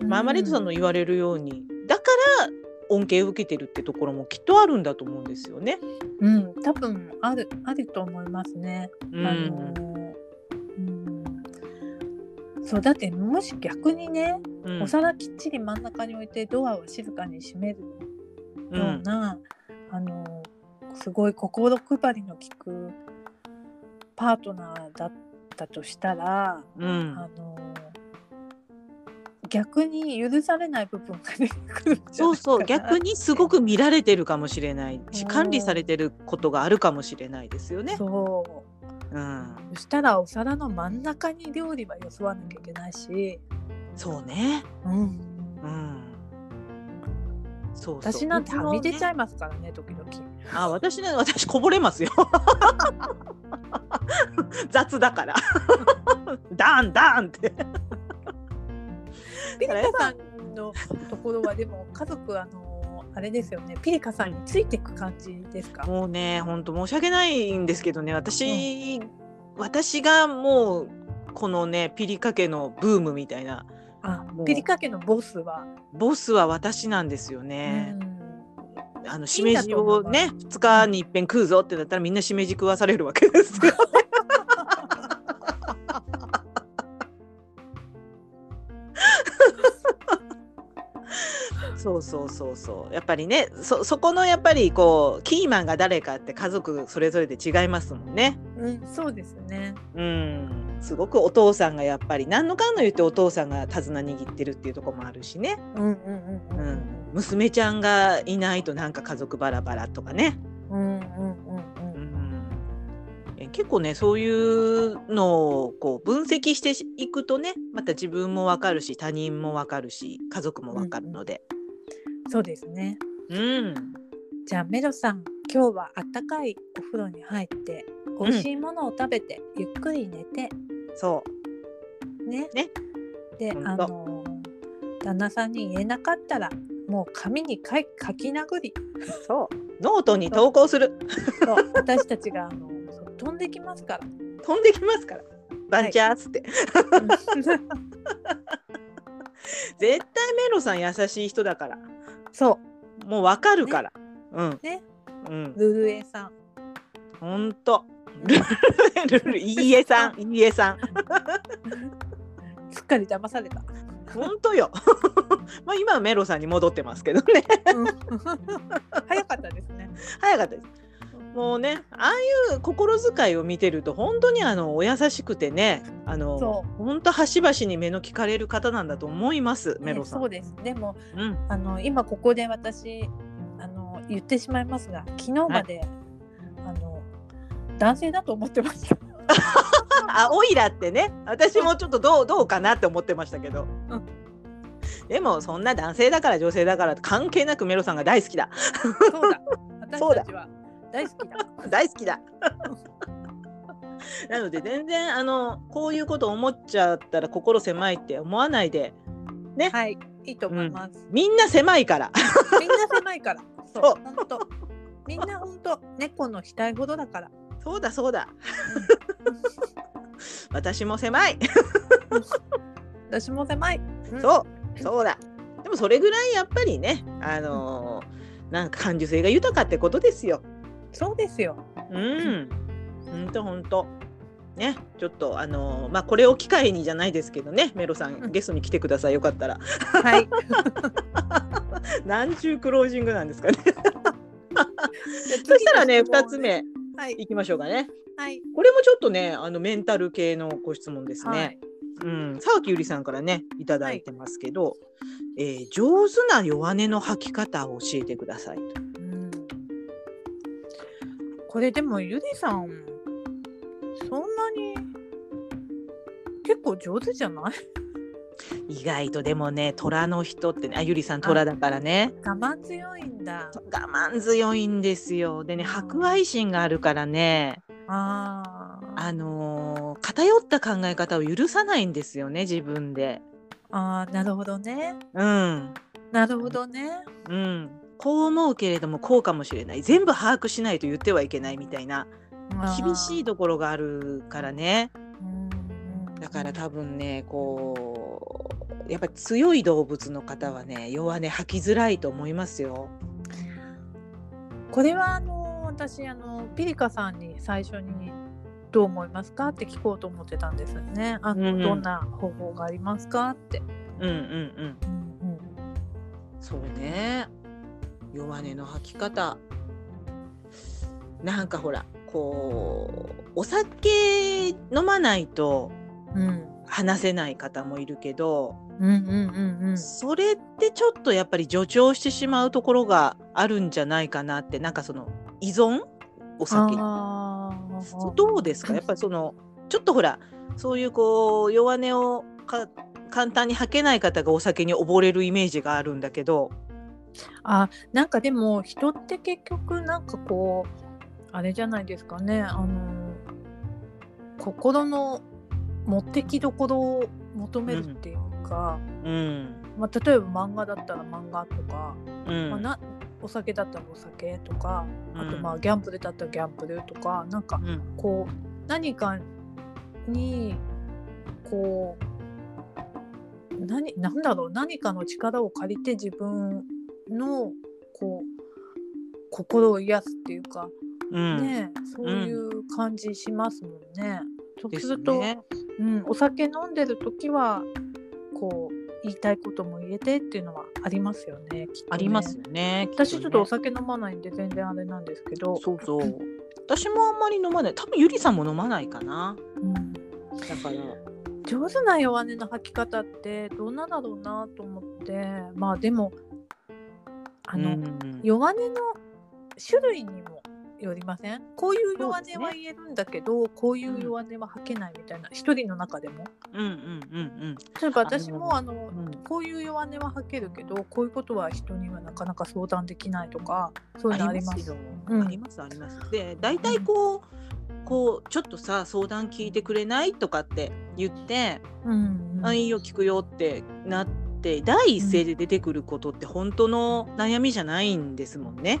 S2: うん
S1: マーマレードさんの言われるようにだから恩恵を受けてるってところもきっとあるんだと思うんですよね。
S2: うん多分あるあると思いますね
S1: うん
S2: あのうんそうだってもし逆にね、
S1: うん
S2: お皿きっちり真ん中に置いてドアを静かに閉めるよ
S1: う
S2: うんな、あのすごい心配りの利くパートナーだったとしたら、
S1: うん
S2: あの逆に許されない部分が出てくるんじゃ
S1: そ
S2: ないか
S1: う
S2: な
S1: そう逆にすごく見られてるかもしれないし
S2: うん
S1: 管理されてることがあるかもしれないですよね。
S2: そう
S1: うん、
S2: そしたらお皿の真ん中に料理はよそわなきゃいけないし、
S1: そうね。
S2: うん、
S1: うん。そうそう
S2: 私なんてはみ出ちゃ
S1: う
S2: いますからね時々
S1: ちもねあ私ね私こぼれますよ。 雑だから。 ダンダンって。
S2: ピリカさんのところはでも家族あのあれですよねピリカさんについていく感じですか
S1: もうね本当申し訳ないんですけどね私、私がもうこのねピリカ家のブームみたいな
S2: あ
S1: もう
S2: ピリカ家のボスは、
S1: ボスは私なんですよね。
S2: うん
S1: あのし
S2: いいん
S1: め
S2: だ
S1: じ
S2: と思
S1: を
S2: うわ
S1: ね2日にいっぺん食うぞってなったらみんなしめじ食わされるわけです よ。そうそうそうそうやっぱりねそそこのやっぱりこうキーマンが誰かって家族それぞれで違いますもんね。
S2: うん、そうですね
S1: うんすごくお父さんがやっぱり何のかんの言ってお父さんが手綱握ってるっていうところもあるしね、
S2: うんうんう
S1: うんん、娘ちゃんがいないとなんか家族バラバラとかね。
S2: うんうんうん
S1: う
S2: うん
S1: んえ結構ねそういうのをこう分析していくとねまた自分もわかるし他人もわかるし家族もわかるので。
S2: そうですね
S1: うん、
S2: じゃあメロさん今日はあったかいお風呂に入って美味しいものを食べて、ゆっくり寝て
S1: そ
S2: ね
S1: ね
S2: であ
S1: ほんと
S2: の旦那さんに言えなかったらもう紙に書い書き殴り
S1: うそうノートに投稿する
S2: そう私たちがあのそう飛んできますから。
S1: 飛んできますからバンチャーっつって、 絶対メロさん優しい人だから
S2: そ
S1: もうわかるから、うん
S2: うね
S1: うん
S2: ルルエさん。
S1: ほんとルルルルいいえ さんいいえさん
S2: すっかり騙された。
S1: ほんとよまあ今はメロさんに戻ってますけどね
S2: うん 早かったですね。
S1: 早かったです。もうねああいう心遣いを見てると本当にあのお優しくてねあの
S2: そ
S1: 本当端々に目の利かれる方なんだと思いま
S2: う、
S1: すメロさん。
S2: そうです。でも
S1: うん
S2: あの今ここで私あの言ってしまいますが、昨日まで、あの男性だと思ってました。
S1: あオイラってね私もちょっとどうどうかなって思ってましたけど、
S2: うん
S1: でもそんな男性だから女性だから関係なくメロさんが大好きだ
S2: そうだ。
S1: そう
S2: 私
S1: だ
S2: たちは大好きだ。
S1: 大好きだ なので全然あのこういうこと思っちゃったら心狭いって思わないで
S2: はい、いいと思います。
S1: みんな狭いから
S2: みんな狭いから。
S1: そ
S2: そうう、本当。みんな本当、猫の額ほどだから。
S1: そうだそうだ 私も狭い
S2: 私も狭い。うん
S1: そうそうだでもそれぐらいやっぱりねあのーなんか感受性が豊かってことですよ
S2: そうですよ。
S1: うん、ほんとほんと。ね、ちょっとあのーまあこれを機会にじゃないですけどねメロさ
S2: うんん
S1: ゲストに来てくださいよかったら
S2: はい。
S1: 何中クロージングなんですかねそ
S2: そ
S1: したらね2つ。目
S2: はい。
S1: いきましょうかね
S2: はい。
S1: これもちょっとねあのメンタル系のご質問ですね、
S2: はい。
S1: うん、沢木ゆりさんからねいただいてますけど、えー上手な弱音の吐き方を教えてくださいと
S2: うんこれでもゆりさん。そんなに。結構上手じゃない。
S1: 意外とでもね虎の人ってねあゆりさん虎だからね
S2: 我慢強いんだ。
S1: 我慢強いんですよでね
S2: うん
S1: 博愛心があるからね
S2: ああ。
S1: あのー偏った考え方を許さないんですよね自分で
S2: ああ、なるほどね。
S1: うん
S2: なるほどね。
S1: うんこう思うけれどもこうかもしれない全部把握しないと言ってはいけないみたいな厳しい
S2: と。
S1: ところがあるからね
S2: うんうん
S1: だから多分ねこうやっぱ強い動物の方はね弱音吐きづらいと思いますよ。
S2: これはあの私あのピリカさんに最初に「どう思いますか?」って聞こうと思ってたんですよね。あの
S1: うんうん
S2: どんな方法がありますかって。
S1: うんうんうん、
S2: うん
S1: そうね弱音の吐き方なんかほらこうお酒飲まないと
S2: うん
S1: 話せない方もいるけど、
S2: うんうんうんうん
S1: それってちょっとやっぱり助長してしまうところがあるんじゃないかなってなんかその依存お酒に
S2: あー
S1: どうですかやっぱりそのちょっとほらそういうこう弱音をか簡単に吐けない方がお酒に溺れるイメージがあるんだけど、
S2: あなんかでも人って結局なんかこうあれじゃないですかねあの心の持ってきどころを求めるっていうか、
S1: うん
S2: まあ、例えば漫画だったら漫画とか。
S1: うん
S2: まあ、なお酒だったらお酒とかあと
S1: うん
S2: まあギャンブルだったらギャンブルとかなんか
S1: うん
S2: こう何かにこう何何だろう何かの力を借りて自分のこう心を癒すっていうか、
S1: うん
S2: ねえそういう感じしますもんね。そうする
S1: で
S2: と、
S1: ね
S2: うん、お酒飲んでる時はこう言いたいことも言えてっていうのはありますよね。きっとね
S1: ありますよね。きとね
S2: 私ちょっとお酒飲まないんで全然あれなんですけど、
S1: そうそう。私もあんまり飲まない。多分ゆりさんも飲まないかな。
S2: うん
S1: だから。
S2: 上手な弱音の吐き方ってどんなだろうなと思ってまあでもあの、
S1: うん
S2: 弱音の種類にもよりませんこういう弱
S1: そうです
S2: 音
S1: ね
S2: は言えるんだけど、こういう弱音は吐けないみたいな一人の中でも
S1: うんうんうん
S2: 例えば私もあの
S1: うんうん。
S2: こういう弱音は吐けるけどこういうことは人にはなかなか相談できないとかそういうのあります
S1: よ
S2: うん
S1: ありますあります。で、大体こう、こうちょっとさ相談聞いてくれないとかって言って、
S2: うんうん
S1: あいいよ聞くよってなって第一声で出てくることって本当の悩みじゃないんですもんね。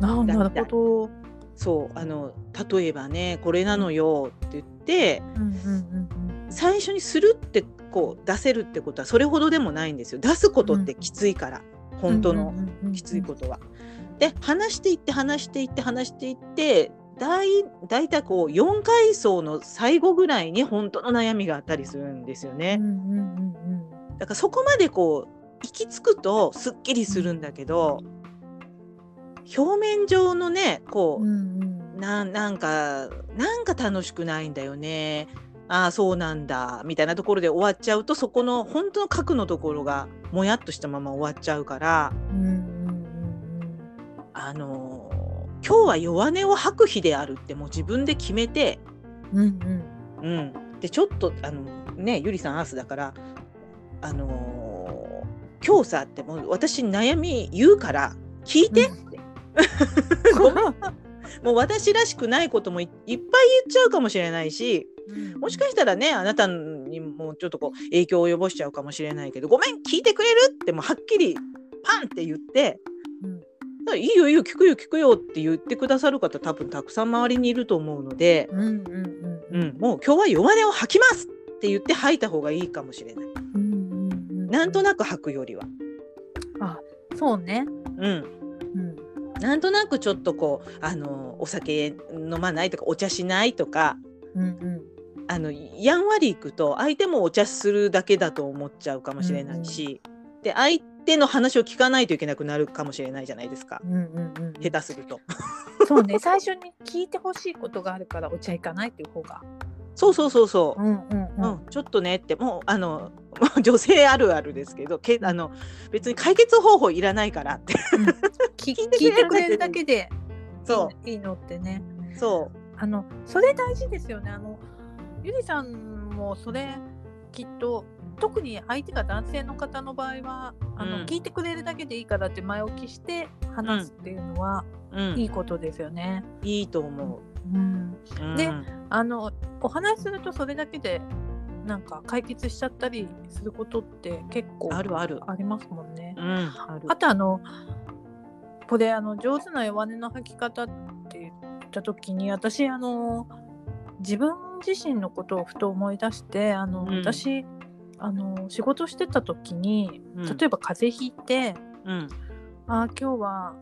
S2: ななるほど。
S1: そうあの例えばねこれなのよって言って。
S2: うんうんうんうん
S1: 最初にするってこう出せるってことはそれほどでもないんですよ出すことってきついから、本当のきついことは。で話していって話していって話していって大大体こう4階層の最後ぐらいに本当の悩みがあったりするんですよ
S2: とうん
S1: ね。
S2: うんうん
S1: だからそこまでこう行き着くとすっきりするんだけど表面上のねこ
S2: うんうんうん
S1: ななんかなんか楽しくないんだよねああそうなんだみたいなところで終わっちゃうとそこの本当の核のところがもやっとしたまま終わっちゃうから
S2: うんうん
S1: あのー今日は弱音を吐く日であるってもう自分で決めて、
S2: うんうんうん
S1: うん、でちょっとあのねゆりさんアースだからあのー今日さってもう私悩み言うから聞いて、ごめんもう私らしくないこともいいっぱい言っちゃうかもしれないし
S2: うん
S1: もしかしたらねあなたにもちょっとこう影響を及ぼしちゃうかもしれないけどごめん聞いてくれるってもうはっきりパンって言って
S2: うん
S1: いいよいいよ聞くよ聞くよって言ってくださる方多分たくさん周りにいると思うので、
S2: うんうんうん
S1: うん、もう今日は弱音を吐きますって言って吐いた方がいいかもしれない
S2: うんうんうん
S1: なんとなく吐くよりは、
S2: そうね
S1: うん、
S2: うん
S1: なんとなくちょっとこうあのお酒飲まないとかお茶しないとか
S2: うんうん
S1: あのやんわりいくと相手もお茶するだけだと思っちゃうかもしれないし、で相手の話を聞かないといけなくなるかもしれないじゃないですか
S2: うんうんうん
S1: 下手すると。
S2: そうね最初に聞いてほしいことがあるからお茶行かないっていう方が
S1: そうそうそうそう
S2: うんうんう
S1: うんん、ちょっとねってもうあの もう女性あるあるですけどけあの別に解決方法いらないからって
S2: き
S1: 聞
S2: 聞
S1: い
S2: いて
S1: てくれる
S2: くれるだけで
S1: そ
S2: いいのってね
S1: うそう
S2: あのそれ大事ですよねあのゆりさんもそれきっと特に相手が男性の方の場合はあの、
S1: うん
S2: 聞いてくれるだけでいいからって前置きして話すっていうのは、
S1: うん
S2: い
S1: い
S2: いことですよね。
S1: いと思
S2: うん、
S1: う。うん
S2: であのお話しするとそれだけでなんか解決しちゃったりすることって結構
S1: あるある
S2: ありますもんね
S1: う。ん、ある
S2: あとあのこれあの上手な弱音の吐き方って言った時に私あの自分自身のことをふと思い出してあの、
S1: うん
S2: 私あの仕事してた時に
S1: うん
S2: 例えば風邪ひいて、
S1: うん
S2: ああ今日は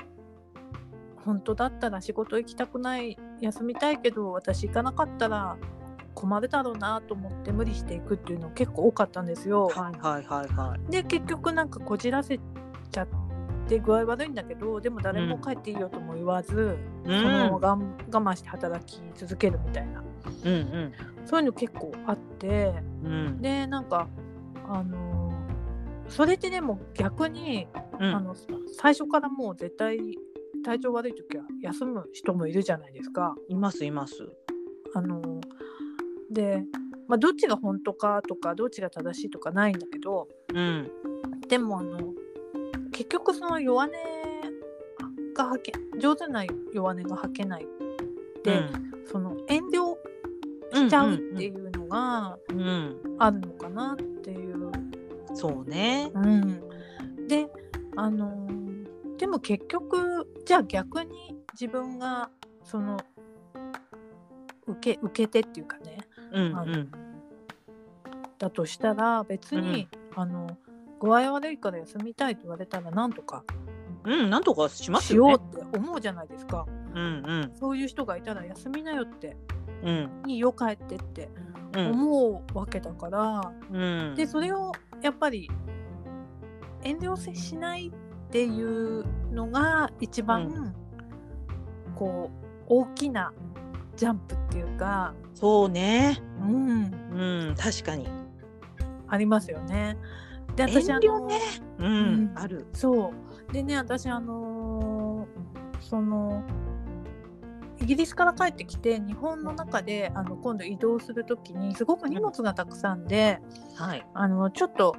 S2: 本当だったら仕事行きたくない休みたいけど私行かなかったら困るだろうなと思って無理していくっていうの結構多かったんですよ。
S1: はいはいはいはい。
S2: で結局なんかこじらせちゃって具合悪いんだけどでも誰も帰っていいよとも言わず、
S1: う
S2: そのまま
S1: ん
S2: がん我慢して働き続けるみたいな
S1: うん
S2: そういうの結構あって
S1: うんうん
S2: でなんかあのそれってでも逆に、
S1: う
S2: あ
S1: ん
S2: の最初からもう絶対体調悪い時は休む人もいるじゃないですか。
S1: いますいます。
S2: あので、まあ、どっちが本当かとかどっちが正しいとかないんだけど、
S1: うん
S2: でもあの結局その弱音が吐け上手な弱音が吐けないって、
S1: うん
S2: その遠慮しちゃうっていうのが
S1: うん
S2: あるのかなっていう。
S1: そうね。
S2: うん、であのーでも結局じゃあ逆に自分がその受け受け手っていうかね
S1: うん
S2: あ
S1: う
S2: の
S1: ん
S2: だとしたら別に、あの具合悪いから休みたいと言われたらなんとか
S1: うんなんとかします
S2: し
S1: よ
S2: よう
S1: ね。
S2: って思うじゃないですか。
S1: うん
S2: そういう人がいたら休みなよって
S1: うんうん
S2: いいよ帰ってって
S1: うん
S2: 思うわけだから、
S1: うん
S2: でそれをやっぱり遠慮せしないっていうのが一番、こう大きなジャンプっていうか、
S1: そうね。
S2: うん、
S1: うん確かに。
S2: ありますよね。で
S1: 遠
S2: 私あ
S1: 慮
S2: の
S1: ね。うんある。
S2: そうでね私あのーそのイギリスから帰ってきて日本の中であの今度移動する時にすごく荷物がたくさんで、
S1: はい。
S2: あのちょっと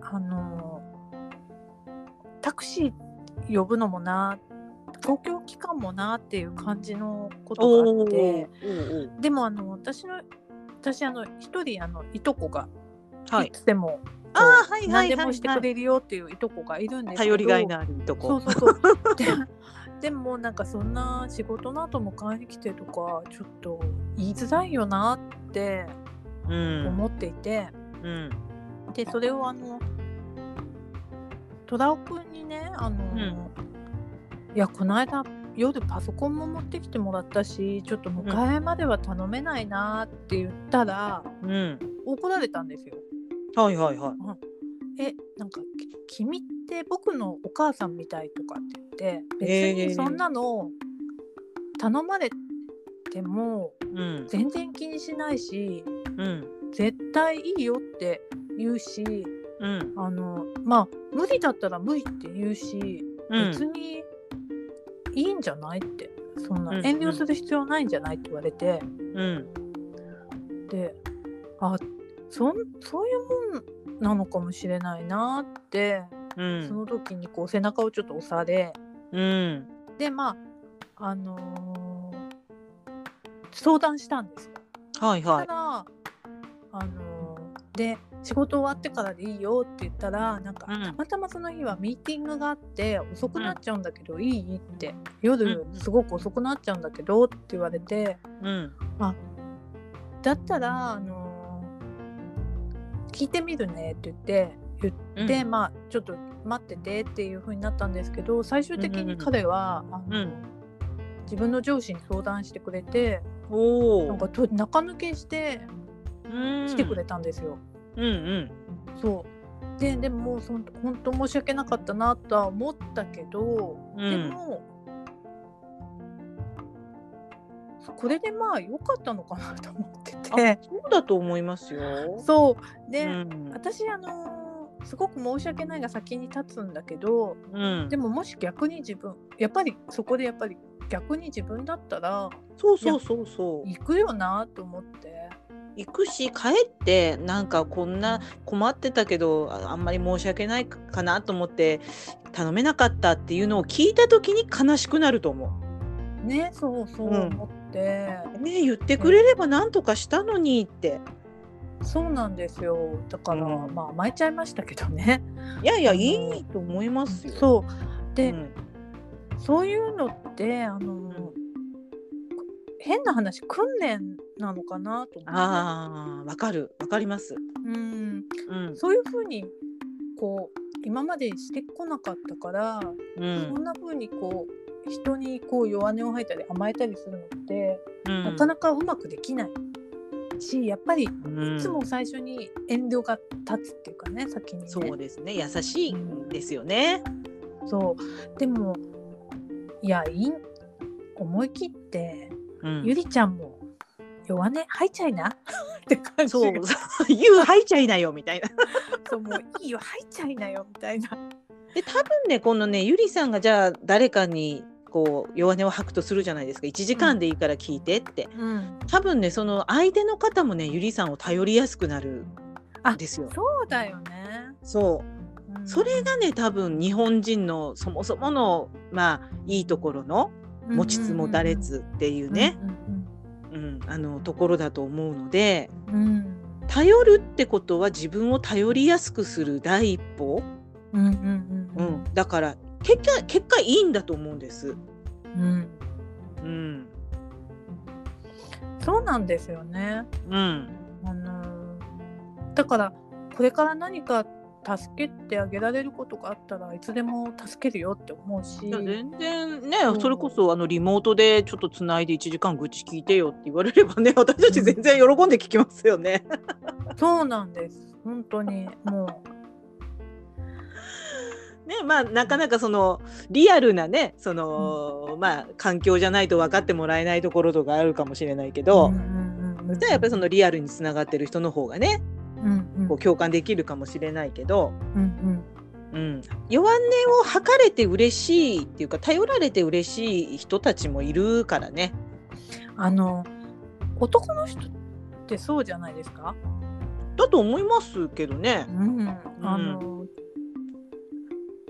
S2: あのータクシー呼ぶのもな公共機関もなっていう感じのことがあ
S1: お
S2: っ
S1: ー
S2: て
S1: おー
S2: でもあの私の私あの一人あのいとこが
S1: はい
S2: い。つでも
S1: ああはいは
S2: 何
S1: い
S2: で
S1: は
S2: も
S1: い
S2: して
S1: は
S2: く
S1: い。
S2: れるよっていういとこがいるんですけど
S1: 頼りがいのあると
S2: そう
S1: こ。
S2: そう そう。ででもなんかそんな仕事の後も買いに来てとかちょっと言いづらいよなって
S1: うん
S2: 思っていて、
S1: うん
S2: でそれをあの虎尾くんにねあの、
S1: ん
S2: いやこの間夜パソコンも持ってきてもらったしちょっと迎えまでは頼めないなって言ったら、
S1: うん
S2: 怒られたんですよ。
S1: はいはいはい。
S2: えなんかき君って僕のお母さんみたいとかって言って別にそんなの頼まれても
S1: うん
S2: 全然気にしないし
S1: うん
S2: 絶対いいよって言うし
S1: うん
S2: あのまあ無理だったら無理って言うし、
S1: うん
S2: 別にいいんじゃないってそんな
S1: うん
S2: 遠慮する必要ないんじゃないって言われて、
S1: うん
S2: であそんそういうもんなのかもしれないなって、
S1: うん
S2: その時にこう背中をちょっと押され
S1: うん
S2: でまああのー相談したんですよ。
S1: はいは
S2: た
S1: い
S2: だ、あのーで仕事終わってからでいいよって言ったらなんか、
S1: うん
S2: たまたまその日はミーティングがあって遅くなっちゃうんだけど、いいって夜すごく遅くなっちゃうんだけどって言われて
S1: うん
S2: だったら、あのー聞いてみるねって言って言っ
S1: うん
S2: て、まあちょっと待っててっていう風になったんですけど最終的に彼は、
S1: うん
S2: あの自分の上司に相談してくれて
S1: おお
S2: なんかと中抜けして来てくれ
S1: た
S2: たんですよ。
S1: うんうん
S2: そうででもそん本当申し訳なかったなとは思ったけど、
S1: うん
S2: でもこれでまあ良かったのかなと思ってて
S1: そうだと思いますよ
S2: そうで、
S1: うん
S2: 私あのーすごく申し訳ないが先に立つんだけど
S1: うん
S2: でももし逆に自分やっぱりそこでやっぱり逆に自分だったら
S1: そうそうそうそう
S2: 行くよなと思って
S1: 行くし帰ってなんかこんな困ってたけどああんまり申し訳ないかなと思って頼めなかったっていうのを聞いた時に悲しくなると思う。
S2: ねそうそう
S1: うん
S2: 思って、
S1: ねえ言ってくれれば何とかしたのにって。
S2: そうなんですよだから、
S1: うん
S2: まあ甘えちゃいましたけどね。
S1: いやいや
S2: うん
S1: いいと思いますよ。
S2: そう
S1: う
S2: で、
S1: ん
S2: そういうのってあの、変な話訓練なのかなと思って
S1: ああわかるわかります。
S2: うん、
S1: うん
S2: そういうふうにこう今までしてこなかったから、
S1: う
S2: そん
S1: ん
S2: なふうにこう人にこう弱音を吐いたり甘えたりするのって、
S1: うん
S2: なかなかうまくできないしやっぱりい
S1: うん
S2: つも最初に遠慮が立つっていうかね先にね。
S1: そうですね優しいんですよね。
S2: そうでもいやいい思い切って
S1: うん
S2: ゆりちゃんも弱音吐いちゃいな って感じ
S1: そ
S2: が
S1: う 言う吐いちゃいなよみたいな。
S2: そうもういいよ吐いちゃいなよみたいな
S1: で多分ねこのねゆりさんがじゃあ誰かにこう弱音を吐くとするじゃないですか1時間でいいから聞いてって、
S2: うん
S1: 多分ねその相手の方もねゆりさんを頼りやすくなる
S2: あ
S1: んですよ。
S2: そうだよね、
S1: そう
S2: うん
S1: それがね多分日本人のそもそものまあいいところの持ちつ持たれつっていうね、うん、あのところだと思うので
S2: うんうん
S1: 頼るってことは自分を頼りやすくする第一歩、
S2: うんうんうん
S1: う
S2: うんん、
S1: だから結果結果いいんだと思うんです。
S2: うんうん
S1: うん
S2: そうなんですよね
S1: うん
S2: あのーだからこれから何か助けてあげられることがあったらいつでも助けるよって思うし
S1: いや全然ね、
S2: うん
S1: それこそあのリモートでちょっとつないで1時間愚痴聞いてよって言われればね 私たち全然喜んで聞きますよね。
S2: そうなんです本当にもう
S1: ねまあなかなかそのリアルなねその、まあ環境じゃないと分かってもらえないところとかあるかもしれないけど、そしたらやっぱりそのリアルにつながってる人の方がねこう共感できるかもしれないけど、うん、弱音を吐かれて嬉しいっていうか頼られて嬉しい人たちもいるからね。
S2: あの男の人ってそうじゃないですか、
S1: だと思いますけどね。
S2: あの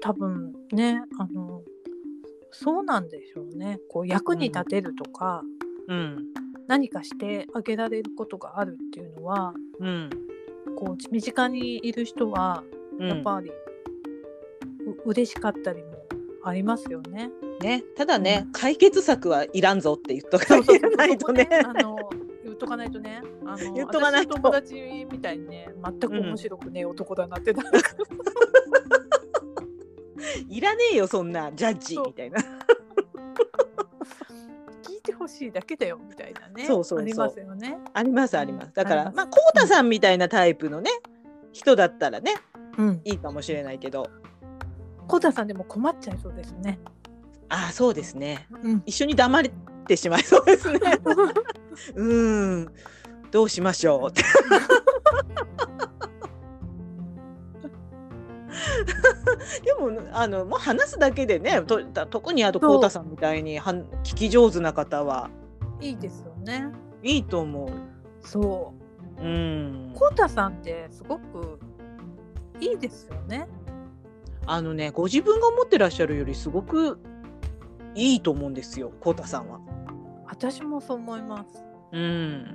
S2: 多分ねあのそうなんでしょうねこう役に立てるとか、
S1: うん、
S2: 何かしてあげられることがあるっていうのは
S1: うん
S2: こう身近にいる人は
S1: うん
S2: やっぱり、う嬉しかったりもありますよ ね。
S1: ね、ただね、解決策はいらんぞって言っとか
S2: そうそうそう
S1: ない とね。
S2: そこあの言っとかないとね。あの
S1: 言っとかないと
S2: 私の友達みたいにね、全く面白くねえ男だなってなんか、
S1: いらねえよ、そんなジャッジみたいな。
S2: 聞いてほしいだけだよみたいなね。
S1: そうそうそう
S2: ありますよね。
S1: あります、あります。だか
S2: あり
S1: ら、
S2: ます
S1: まあ、こうたさんみたいなタイプのね、人だったらね、
S2: うん。
S1: いいかもしれないけど。
S2: コタさんでも困っちゃいそうですね。
S1: ああ、そうですね。
S2: うん。
S1: 一緒に黙れってしまいそう ですね。うーん、どうしましょ うって。でもあのもう話すだけでねと特にあと
S2: そう
S1: こうたさんみたいにはん聞き上手な方はい
S2: いですよね。
S1: いいと思う。
S2: そうう。
S1: ん、
S2: コウタさんってすごくいいですよね。
S1: あのねご自分が思ってらっしゃるよりすごくいいと思うんですよこうたさんは。
S2: 私もそう思います。
S1: うん
S2: うん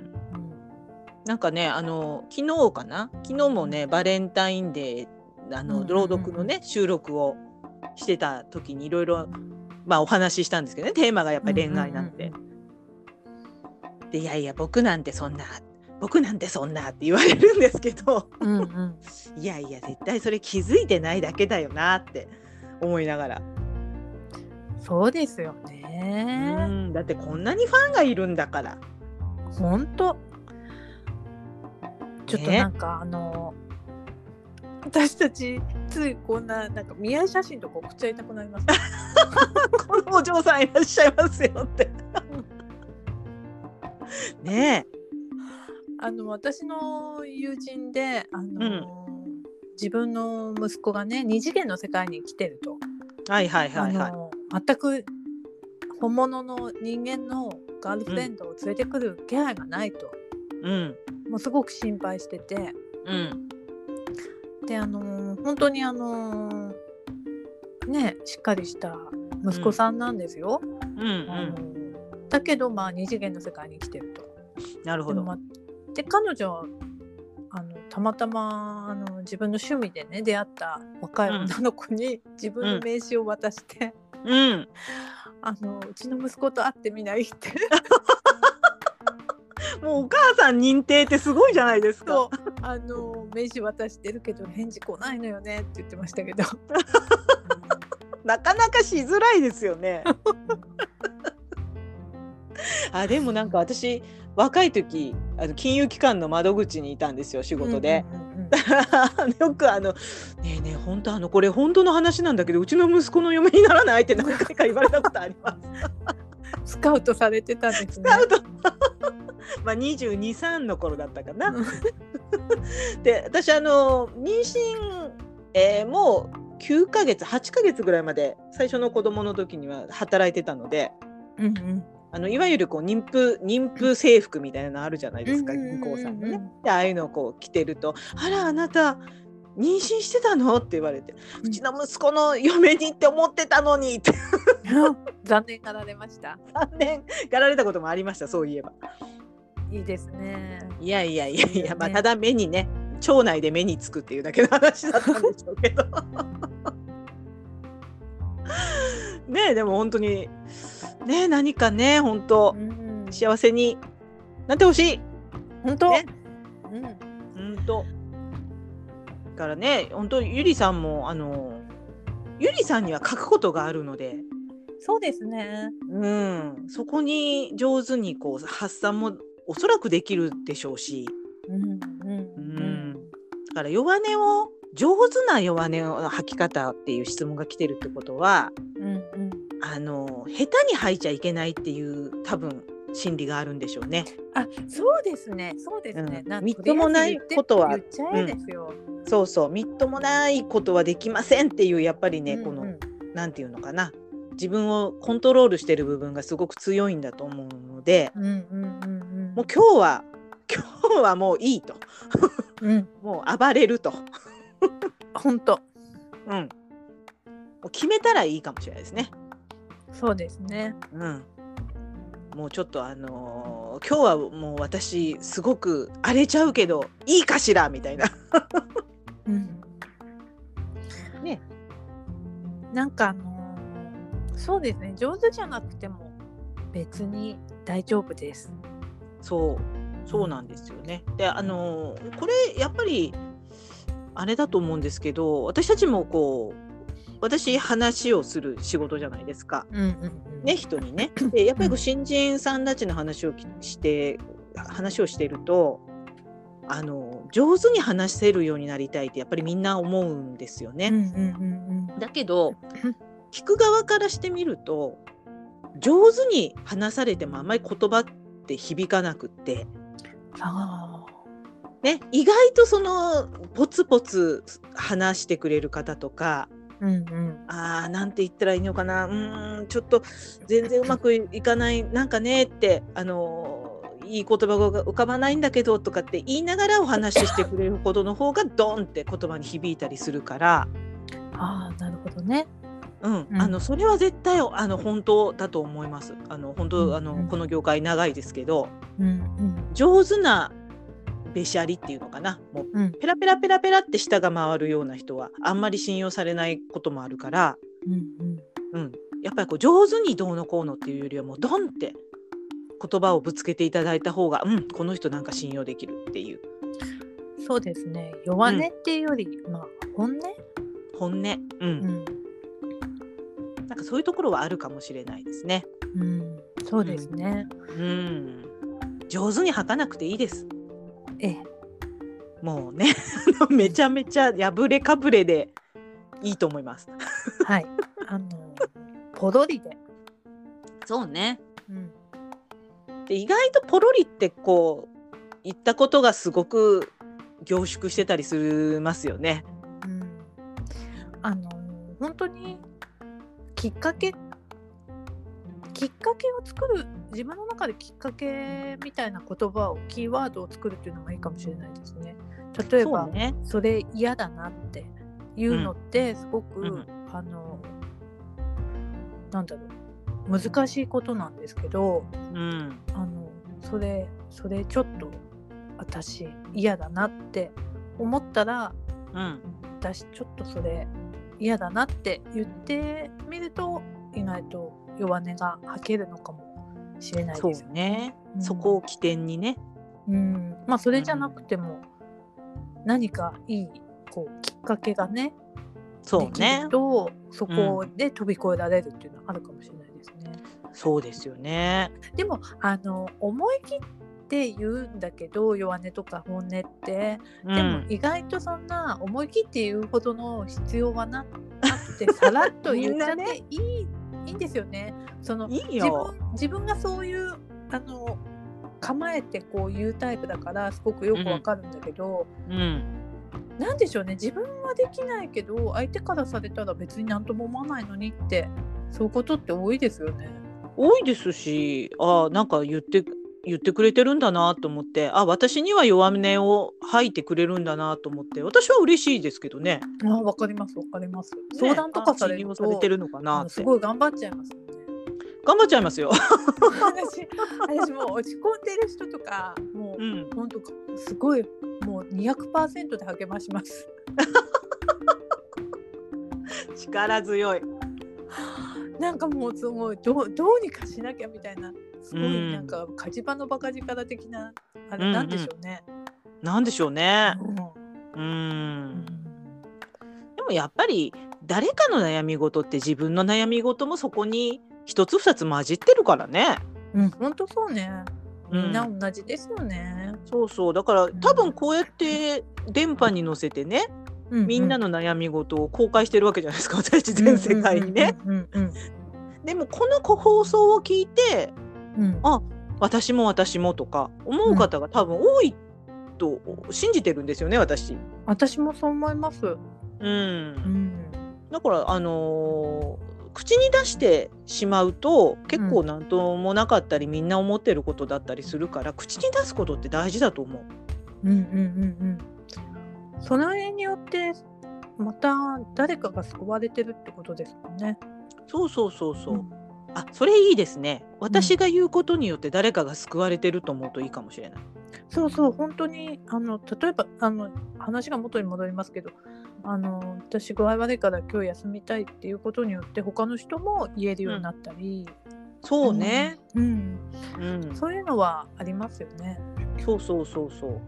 S1: なんかねあの昨日かな昨日もねバレンタインデーあ
S2: うんうん
S1: の
S2: うん
S1: 朗読のね収録をしてた時にいろいろまあお話ししたんですけどねテーマがやっぱり恋愛なん
S2: う
S1: て
S2: ん。
S1: でいやいや僕なんてそんな僕なんてそんなって言われるんですけど
S2: うんうん。
S1: いやいや絶対それ気づいてないだけだよなって思いながら、
S2: そうですよ
S1: う
S2: ね。
S1: んだってこんなにファンがいるんだから
S2: 本当。ちょっと
S1: ね
S2: なんか、あの私たちついこんななんか見合い写真とか送っちゃいたくなります。
S1: このお嬢さんいらっしゃいますよ って。ね
S2: あの私の友人で、あの自分の息子がね二次元の世界に来てると、
S1: えはいはいはいはい
S2: あ。の全く本物の人間のガールフレンドを連れてくる気配がないと、
S1: うん
S2: もうすごく心配してて
S1: うん
S2: であの本当にあのねしっかりした息子さんなんですよ。
S1: うんう
S2: あの
S1: ん
S2: だけどまあ二次元の世界に来てると。
S1: なるほ
S2: でも
S1: ど。
S2: まあで彼女はあのたまたまあの自分の趣味でね出会った若い
S1: うん
S2: 女の子に自分の名刺を渡して、
S1: うん
S2: あのうちの息子と会ってみないって
S1: もうお母さん認定ってすごいじゃないですか。
S2: とあの名刺渡してるけど返事来ないのよねって言ってました けど
S1: なかなかしづらいです よね。あでもなんか私若い時あの金融機関の窓口にいたんですよ仕事で。
S2: うんうんうんうん
S1: よくあの「ねえねえ本当あのこれ本当の話なんだけどうちの息子の嫁にならない?」って何回か言われたことあります。
S2: スカウトされてたんですね
S1: ア。ウトまあ223の頃だったかな。 で私あの妊娠、えーもう9ヶ月8ヶ月ぐらいまで最初の子供の時には働いてたので
S2: うんうん
S1: あのいわゆるこう妊婦妊婦制服みたいなのあるじゃないですか
S2: うんうんうんう
S1: 銀
S2: ん
S1: 行さんのね。でああいうのをこう着てると「あらあなた妊娠してたの?」って言われて「うちの息子の嫁にって思ってたのに」って
S2: 残念がられました。
S1: 残念がられたこともありましたそういえば。
S2: いいですね。
S1: いやいやいやい
S2: いいよ
S1: や、
S2: ね
S1: まあ、ただ目にね腸内で目につくっていうだけの話だったんでしょうけど ねえでも本当にねえ何かね本当
S2: うん
S1: 幸せになってほしい
S2: 本当、
S1: ね
S2: うん
S1: 本当だからね本当ゆりさんもあのゆりさんには書くことがあるので、
S2: そうですね。
S1: うん、そこに上手にこう発散もおそらくできるでしょうし。
S2: うんうん
S1: う
S2: うん
S1: んだから弱音を上手な弱音の吐き方っていう質問が来てるってことは
S2: うんうん。
S1: あの下手に吐いちゃいけないっていう多分心理があるんでしょうね。
S2: あ、そうですね。そうですね。
S1: うん
S2: なん
S1: みっともないことは
S2: とりあえず言って言っちゃえですよ。
S1: そうそうみっともないことはできませんっていうやっぱりね、
S2: うんうん
S1: このなんていうのかな自分をコントロールしてる部分がすごく強いんだと思うので
S2: うんうんうんうん。
S1: もう今日は 今日はもういいと
S2: うん。
S1: もう暴れると、
S2: 本当。
S1: うん、もう決めたらいいかもしれないですね。
S2: そうですね。
S1: うん、もうちょっとあのー今日はもう私すごく荒れちゃうけどいいかしらみたいな。
S2: うん。
S1: ね。
S2: なんかあのーそうですね。上手じゃなくても別に大丈夫です。
S1: そうそうなんですよね。であのーこれやっぱりあれだと思うんですけど私たちもこう私話をする仕事じゃないですか。
S2: うんうんうん。
S1: ね、。人にね。でやっぱりこ
S2: う
S1: うん新人さんたちの話をきして話をしてるとあの上手に話せるようになりたいってやっぱりみんな思うんですよね。
S2: うんうんうんうん。
S1: だけど聞く側からしてみると上手に話されてもあんまり言葉って響かなくって、
S2: あ
S1: ね、意外とそのポツポツ話してくれる方とか
S2: ーうんうん
S1: あーなんて言ったらいいのかなうーんちょっと全然うまくいかないなんかねってあのーいい言葉が浮かばないんだけどとかって言いながらお話ししてくれるほどの方がドンって言葉に響いたりするから、
S2: ああなるほどね
S1: うん
S2: うん
S1: あのそれは絶対あの本当だと思います。あの
S2: う
S1: 本
S2: ん
S1: 当あのこの業界長いですけど
S2: うん
S1: 上手なべしゃりっていうのかなもう
S2: うんうん
S1: ペラペラペラペラって舌が回るような人はあんまり信用されないこともあるから、
S2: うん
S1: うん、やっぱりこう上手にどうのこうのっていうよりはもうドンって言葉をぶつけていただいた方が、うん、この人なんか信用できるっていう
S2: うんそうですね弱音っていうより、まあ本音
S1: 本音、う
S2: うんん、
S1: なんかそういうところはあるかもしれないですね。
S2: うん、そうですね、
S1: うん、上手に吐かなくていいです。
S2: ええ
S1: もうね あのめちゃめちゃ破れかぶれでいいと思います。
S2: はいあのポロリで、
S1: そうね
S2: うん、
S1: で意外とポロリってこう言ったことがすごく凝縮してたりすますよね。
S2: うんあの本当にきっかけきっかけを作る自分の中できっかけみたいな言葉をキーワードを作るっていうのがいいかもしれないですね。例えば
S1: そうね。
S2: それ嫌だなっていうのってすごく、
S1: うん
S2: あのなんだろう難しいことなんですけど
S1: うん。
S2: あのそれそれちょっと私嫌だなって思ったら
S1: うん。
S2: 私ちょっとそれ嫌だなって言ってみると意外と弱音が吐けるのかもしれない
S1: そう
S2: ですよ
S1: ね、
S2: うん
S1: そこを起点にね。
S2: うん、まあそれじゃなくても何かいいこうきっかけがね
S1: そう
S2: でき
S1: ね
S2: る。とそこで飛び越えられるっていうのはあるかもしれないですね。
S1: そうですよね。
S2: でもあの思い切って言うんだけど弱音とか本音って、
S1: う
S2: でも
S1: ん。
S2: 意外とそんな思い切って言うほどの必要はななくてさらっと言っちゃっ
S1: みんな
S2: ていい,、いいんですよね。その
S1: いい
S2: 自
S1: よ。
S2: 分自分がそういうあの構えてこう言うタイプだからすごくよくわかるんだけど、
S1: うん。
S2: なんでしょうね自分はできないけど相手からされたら別に何とも思わないのにってそういうことって多いですよね。
S1: 多いですし、ああ、なんか言って。言ってくれてるんだなと思ってあ私には弱音を吐いてくれるんだなと思って私は嬉しいですけどね
S2: あわかりますわかります。相談とかされる
S1: ねあ
S2: と
S1: 信用されてるのかな
S2: あの
S1: っ
S2: す
S1: て
S2: ごい頑張っちゃいますよね。
S1: 頑張っちゃいますよ、
S2: 私私もう落ち込んでる人とかもう
S1: うん、
S2: 本当すごいもう200%で励まします。
S1: 力強い
S2: なんかもうすごいどうどうにかしなきゃみたいなすご
S1: う
S2: い
S1: ん
S2: なんか火事場のバカ力的なあ
S1: うんう
S2: れ
S1: ん
S2: なんでしょうね。
S1: なんでしょうね
S2: うん
S1: うんでもやっぱり誰かの悩み事って自分の悩み事もそこに一つ二つ混じってるからね。
S2: うん、本当そうね。
S1: う
S2: み
S1: ん
S2: んな同じですよね。
S1: そうそうだから多分こうやって電波に乗せてね
S2: うう
S1: みんなの悩み事を公開してるわけじゃな いですか私たち全世界にね。。
S2: うんうん
S1: でもこの放送を聞いて
S2: うんうん
S1: あ私も私もとか思う方が多分多いと信じてるんですよね私。
S2: 私もそう思います。う
S1: うん
S2: ん。
S1: だからあのー口に出してしまうと結構何ともなかったり、みんな思ってることだったりするから口に出すことって大事だと思う。
S2: うんうんうんうん。その絵によってまた誰かが救われてるってことですもんね。
S1: そうそうそうそう。あそれいいですね。私が言うことによって誰かが救われてると思うといいかもしれない。
S2: そうそう本当にあの例えばあの話が元に戻りますけどあの私具合悪いから今日休みたいっていうことによって他の人も言えるようになったり、
S1: そうね。
S2: うん
S1: うん。
S2: そういうのはありますよね。
S1: そうそうそうそう。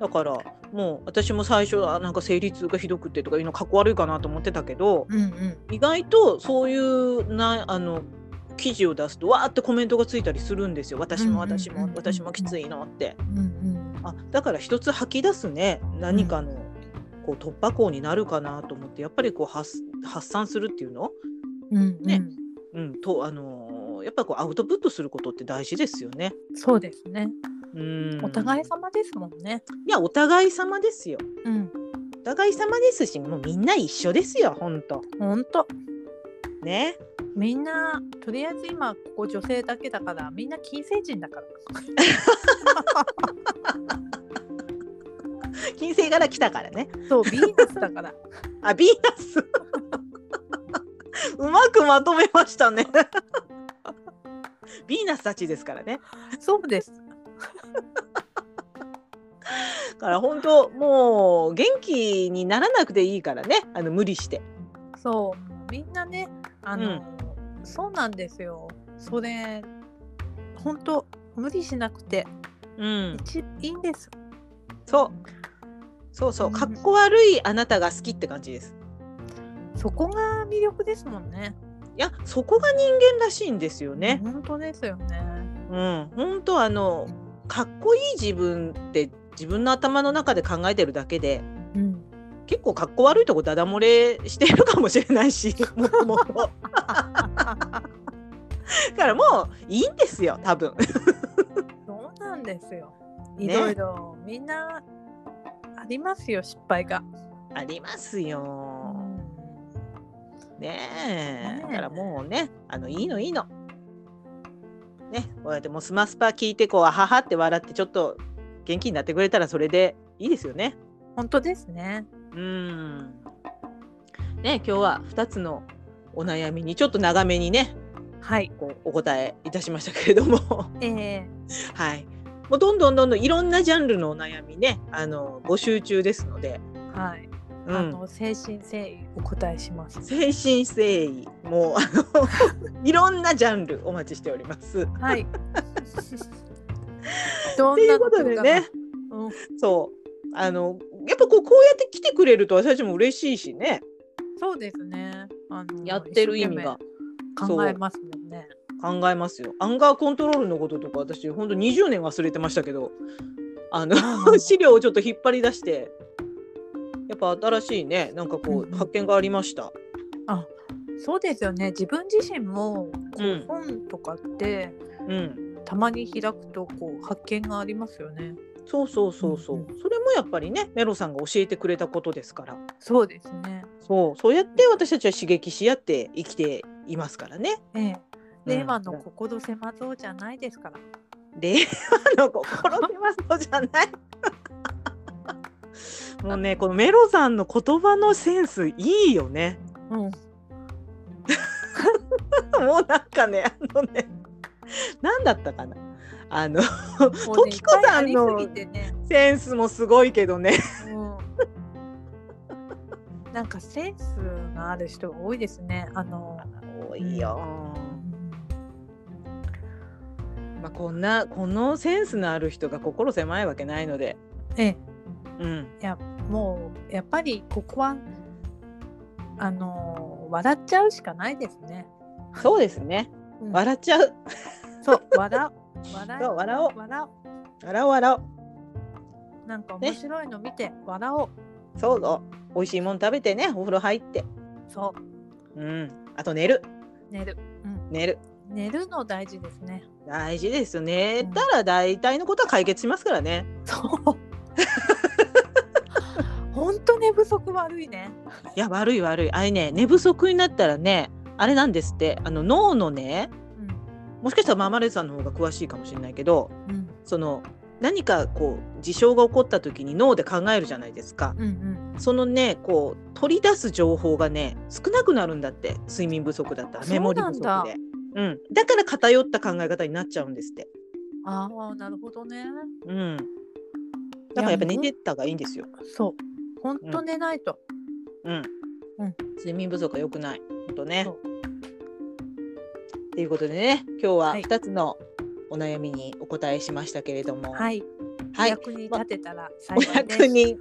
S1: だからもう私も最初はなんか生理痛がひどくてとかいうのかっこ悪いかなと思ってたけど、
S2: うんうん、
S1: 意外とそういうなあの記事を出すとわーってコメントがついたりするんですよ私も
S2: うんうんうんうん
S1: 私も私もきついのって
S2: うんうん、
S1: あだから一つ吐き出すね何かのこう突破口になるかなと思ってやっぱりこう発発散するっていうの、
S2: うんうん
S1: ねうん、とあのーのやっぱこうアウトプットすることって大事ですよね。
S2: そうですね。
S1: うん。
S2: お互い様ですもんね。
S1: いやお互い様ですよ。
S2: うん。
S1: お互い様ですし、もうみんな一緒ですよ。本当
S2: 本当。
S1: ね。
S2: みんなとりあえず今ここ女性だけだからみんな金星人だから。
S1: 金星から来たからね。
S2: そうビーナスだ から。
S1: あ、ビーナ ス。うまくまとめましたね。ビーナスたちですからね。
S2: そうです。
S1: だから本当もう元気にならなくていいからね。あの無理して。
S2: そうみんなねあの、そうなんですよ。それ本当無理しなくて
S1: うん。
S2: 一いいんです。
S1: そう。そうそうう。
S2: ん
S1: かっこ悪いあなたが好きって感じです。
S2: そこが魅力ですもんね。
S1: いや、そこが人間らしいんですよね。
S2: 本当ですよね。
S1: うん。本当あのかっこいい自分って自分の頭の中で考えてるだけで。
S2: うん。
S1: 結構かっこ悪いとこダダ漏れしてるかもしれないしもともとだからもういいんですよ多分
S2: そうなんですよ。
S1: ね
S2: いろいろ、みんなありますよ失敗が。
S1: ありますよね
S2: ね
S1: え
S2: え
S1: だからもうねあのいいのいいのねこうやってもうスマスパ聞いてこうあははって笑ってちょっと元気になってくれたらそれでいいですよね
S2: 本当ですね。
S1: うんね今日は2つのお悩みにちょっと長めにね
S2: はい。
S1: こうお答えいたしましたけれども
S2: ええ
S1: はい。もうどんどんどんどんいろんなジャンルのお悩みね、あの募集中ですので、
S2: はい。
S1: う
S2: あ
S1: ん、
S2: の精神誠意お答えします。
S1: 精神誠意もうあの いろんなジャンルお待ちしております。
S2: はい。ど
S1: とい
S2: ん
S1: う
S2: な
S1: こ
S2: ことと
S1: で
S2: が
S1: ね
S2: ね、、うん、
S1: そうあのやっぱこうこうやって来てくれると私たちも嬉しいしね、
S2: そうですね。あの
S1: やってる意味が
S2: 一生懸命考えますもんね。
S1: 考えますよ。アンガーコントロールのこととか私本当20年忘れてましたけど、あの資料をちょっと引っ張り出して。やっぱ新しいね、なんかこ
S2: うん
S1: う発見がありました。
S2: そうですよね。自分自身もこう、
S1: うん
S2: 本とかって
S1: うん、
S2: たまに開くとこう発見がありますよね。
S1: そうそうそうそう、
S2: うん
S1: それもやっぱりねメロさんが教えてくれたことですから
S2: そうですね。
S1: そうそうやって私たちは刺激し合って生きていますからね。
S2: ええ。令和の
S1: うん
S2: 心狭そうじゃないですから。
S1: 令和の心狭そうじ ゃないもうねこのメロさんの言葉のセンスいいよね。
S2: うん。
S1: もうなんかねあのね何だったかなあの
S2: もうね
S1: 時子さんの
S2: いっぱいありすぎてね。
S1: センスもすごいけどね。
S2: うん。なんかセンスがある人が多いですね。あの。
S1: 多いよ。まあ、こんなこのセンスのある人が心狭いわけないので。
S2: ええ。
S1: うん
S2: いやもうやっぱりここはあのー笑っちゃうしかないですね。
S1: そうですね。
S2: うん
S1: 笑っちゃう。
S2: そう笑う笑
S1: そう笑おう
S2: 笑
S1: 笑おう笑
S2: うなんか面白いの見て笑おう
S1: おう。そうぞ。美味しいもん食べてね。お風呂入って。
S2: そう
S1: うん。あと寝る。
S2: 寝る、うん、
S1: 寝る。
S2: 寝るの大事ですね。
S1: 大事ですよ。寝たら大体のことは解決しますからね。
S2: そう。本当寝不足悪いね。
S1: いや、悪い悪い。あれね、寝不足になったらね、あれなんですって。あの脳のね、
S2: うん
S1: もしかしたらマーマレードさんの方が詳しいかもしれないけど、
S2: うん
S1: その、何かこう事象が起こった時に脳で考えるじゃないですか
S2: うんうん。
S1: そのねこう取り出す情報がね少なくなるんだって睡眠不足だったらメモリ不
S2: そうなんだ
S1: 足でうん、だから偏った考え方になっちゃうんですって
S2: ああなるほどね。
S1: うん。だからやっぱ寝てった方がいいんですよ。
S2: そう本当寝ないと。
S1: うん。
S2: うん
S1: 睡眠不足は良くない。ほんとね
S2: そう。
S1: ということでね、今日は
S2: はい
S1: 2つのお悩みにお答えしましたけれども、、
S2: はいい、
S1: は
S2: お
S1: い、
S2: 役に立てたら
S1: ま
S2: 幸
S1: お
S2: いです。
S1: 役に立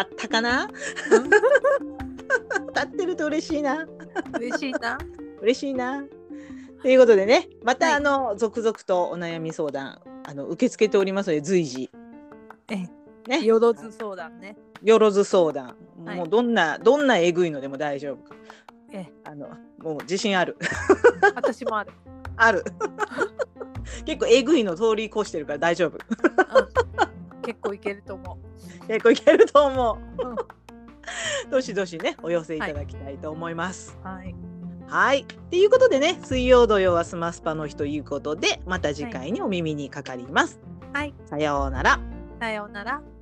S1: ったかな
S2: うん
S1: 立ってると嬉しいな。
S2: 嬉しいな。
S1: 嬉しいな。ということでね、ま
S2: は
S1: た
S2: い
S1: あの、続々とお悩み相談あの受け付けておりますので随時
S2: え
S1: ね、
S2: よろず相談ね。
S1: よろず相談、
S2: はい
S1: もうどんなどんなえぐいのでも大丈夫。
S2: えええ
S1: あのもう自信ある
S2: 私もある。
S1: ある 結構えぐいの通り越してるから大丈夫
S2: うん結構いけると思
S1: 結構いけると思
S2: う。うん
S1: う どしどしねお寄せいただきたいと思います。
S2: はい。
S1: はい。っていうことでね、水曜土曜はスマスパの日ということで、また次回にお耳にかかります。
S2: はい。
S1: さようなら。
S2: さようなら。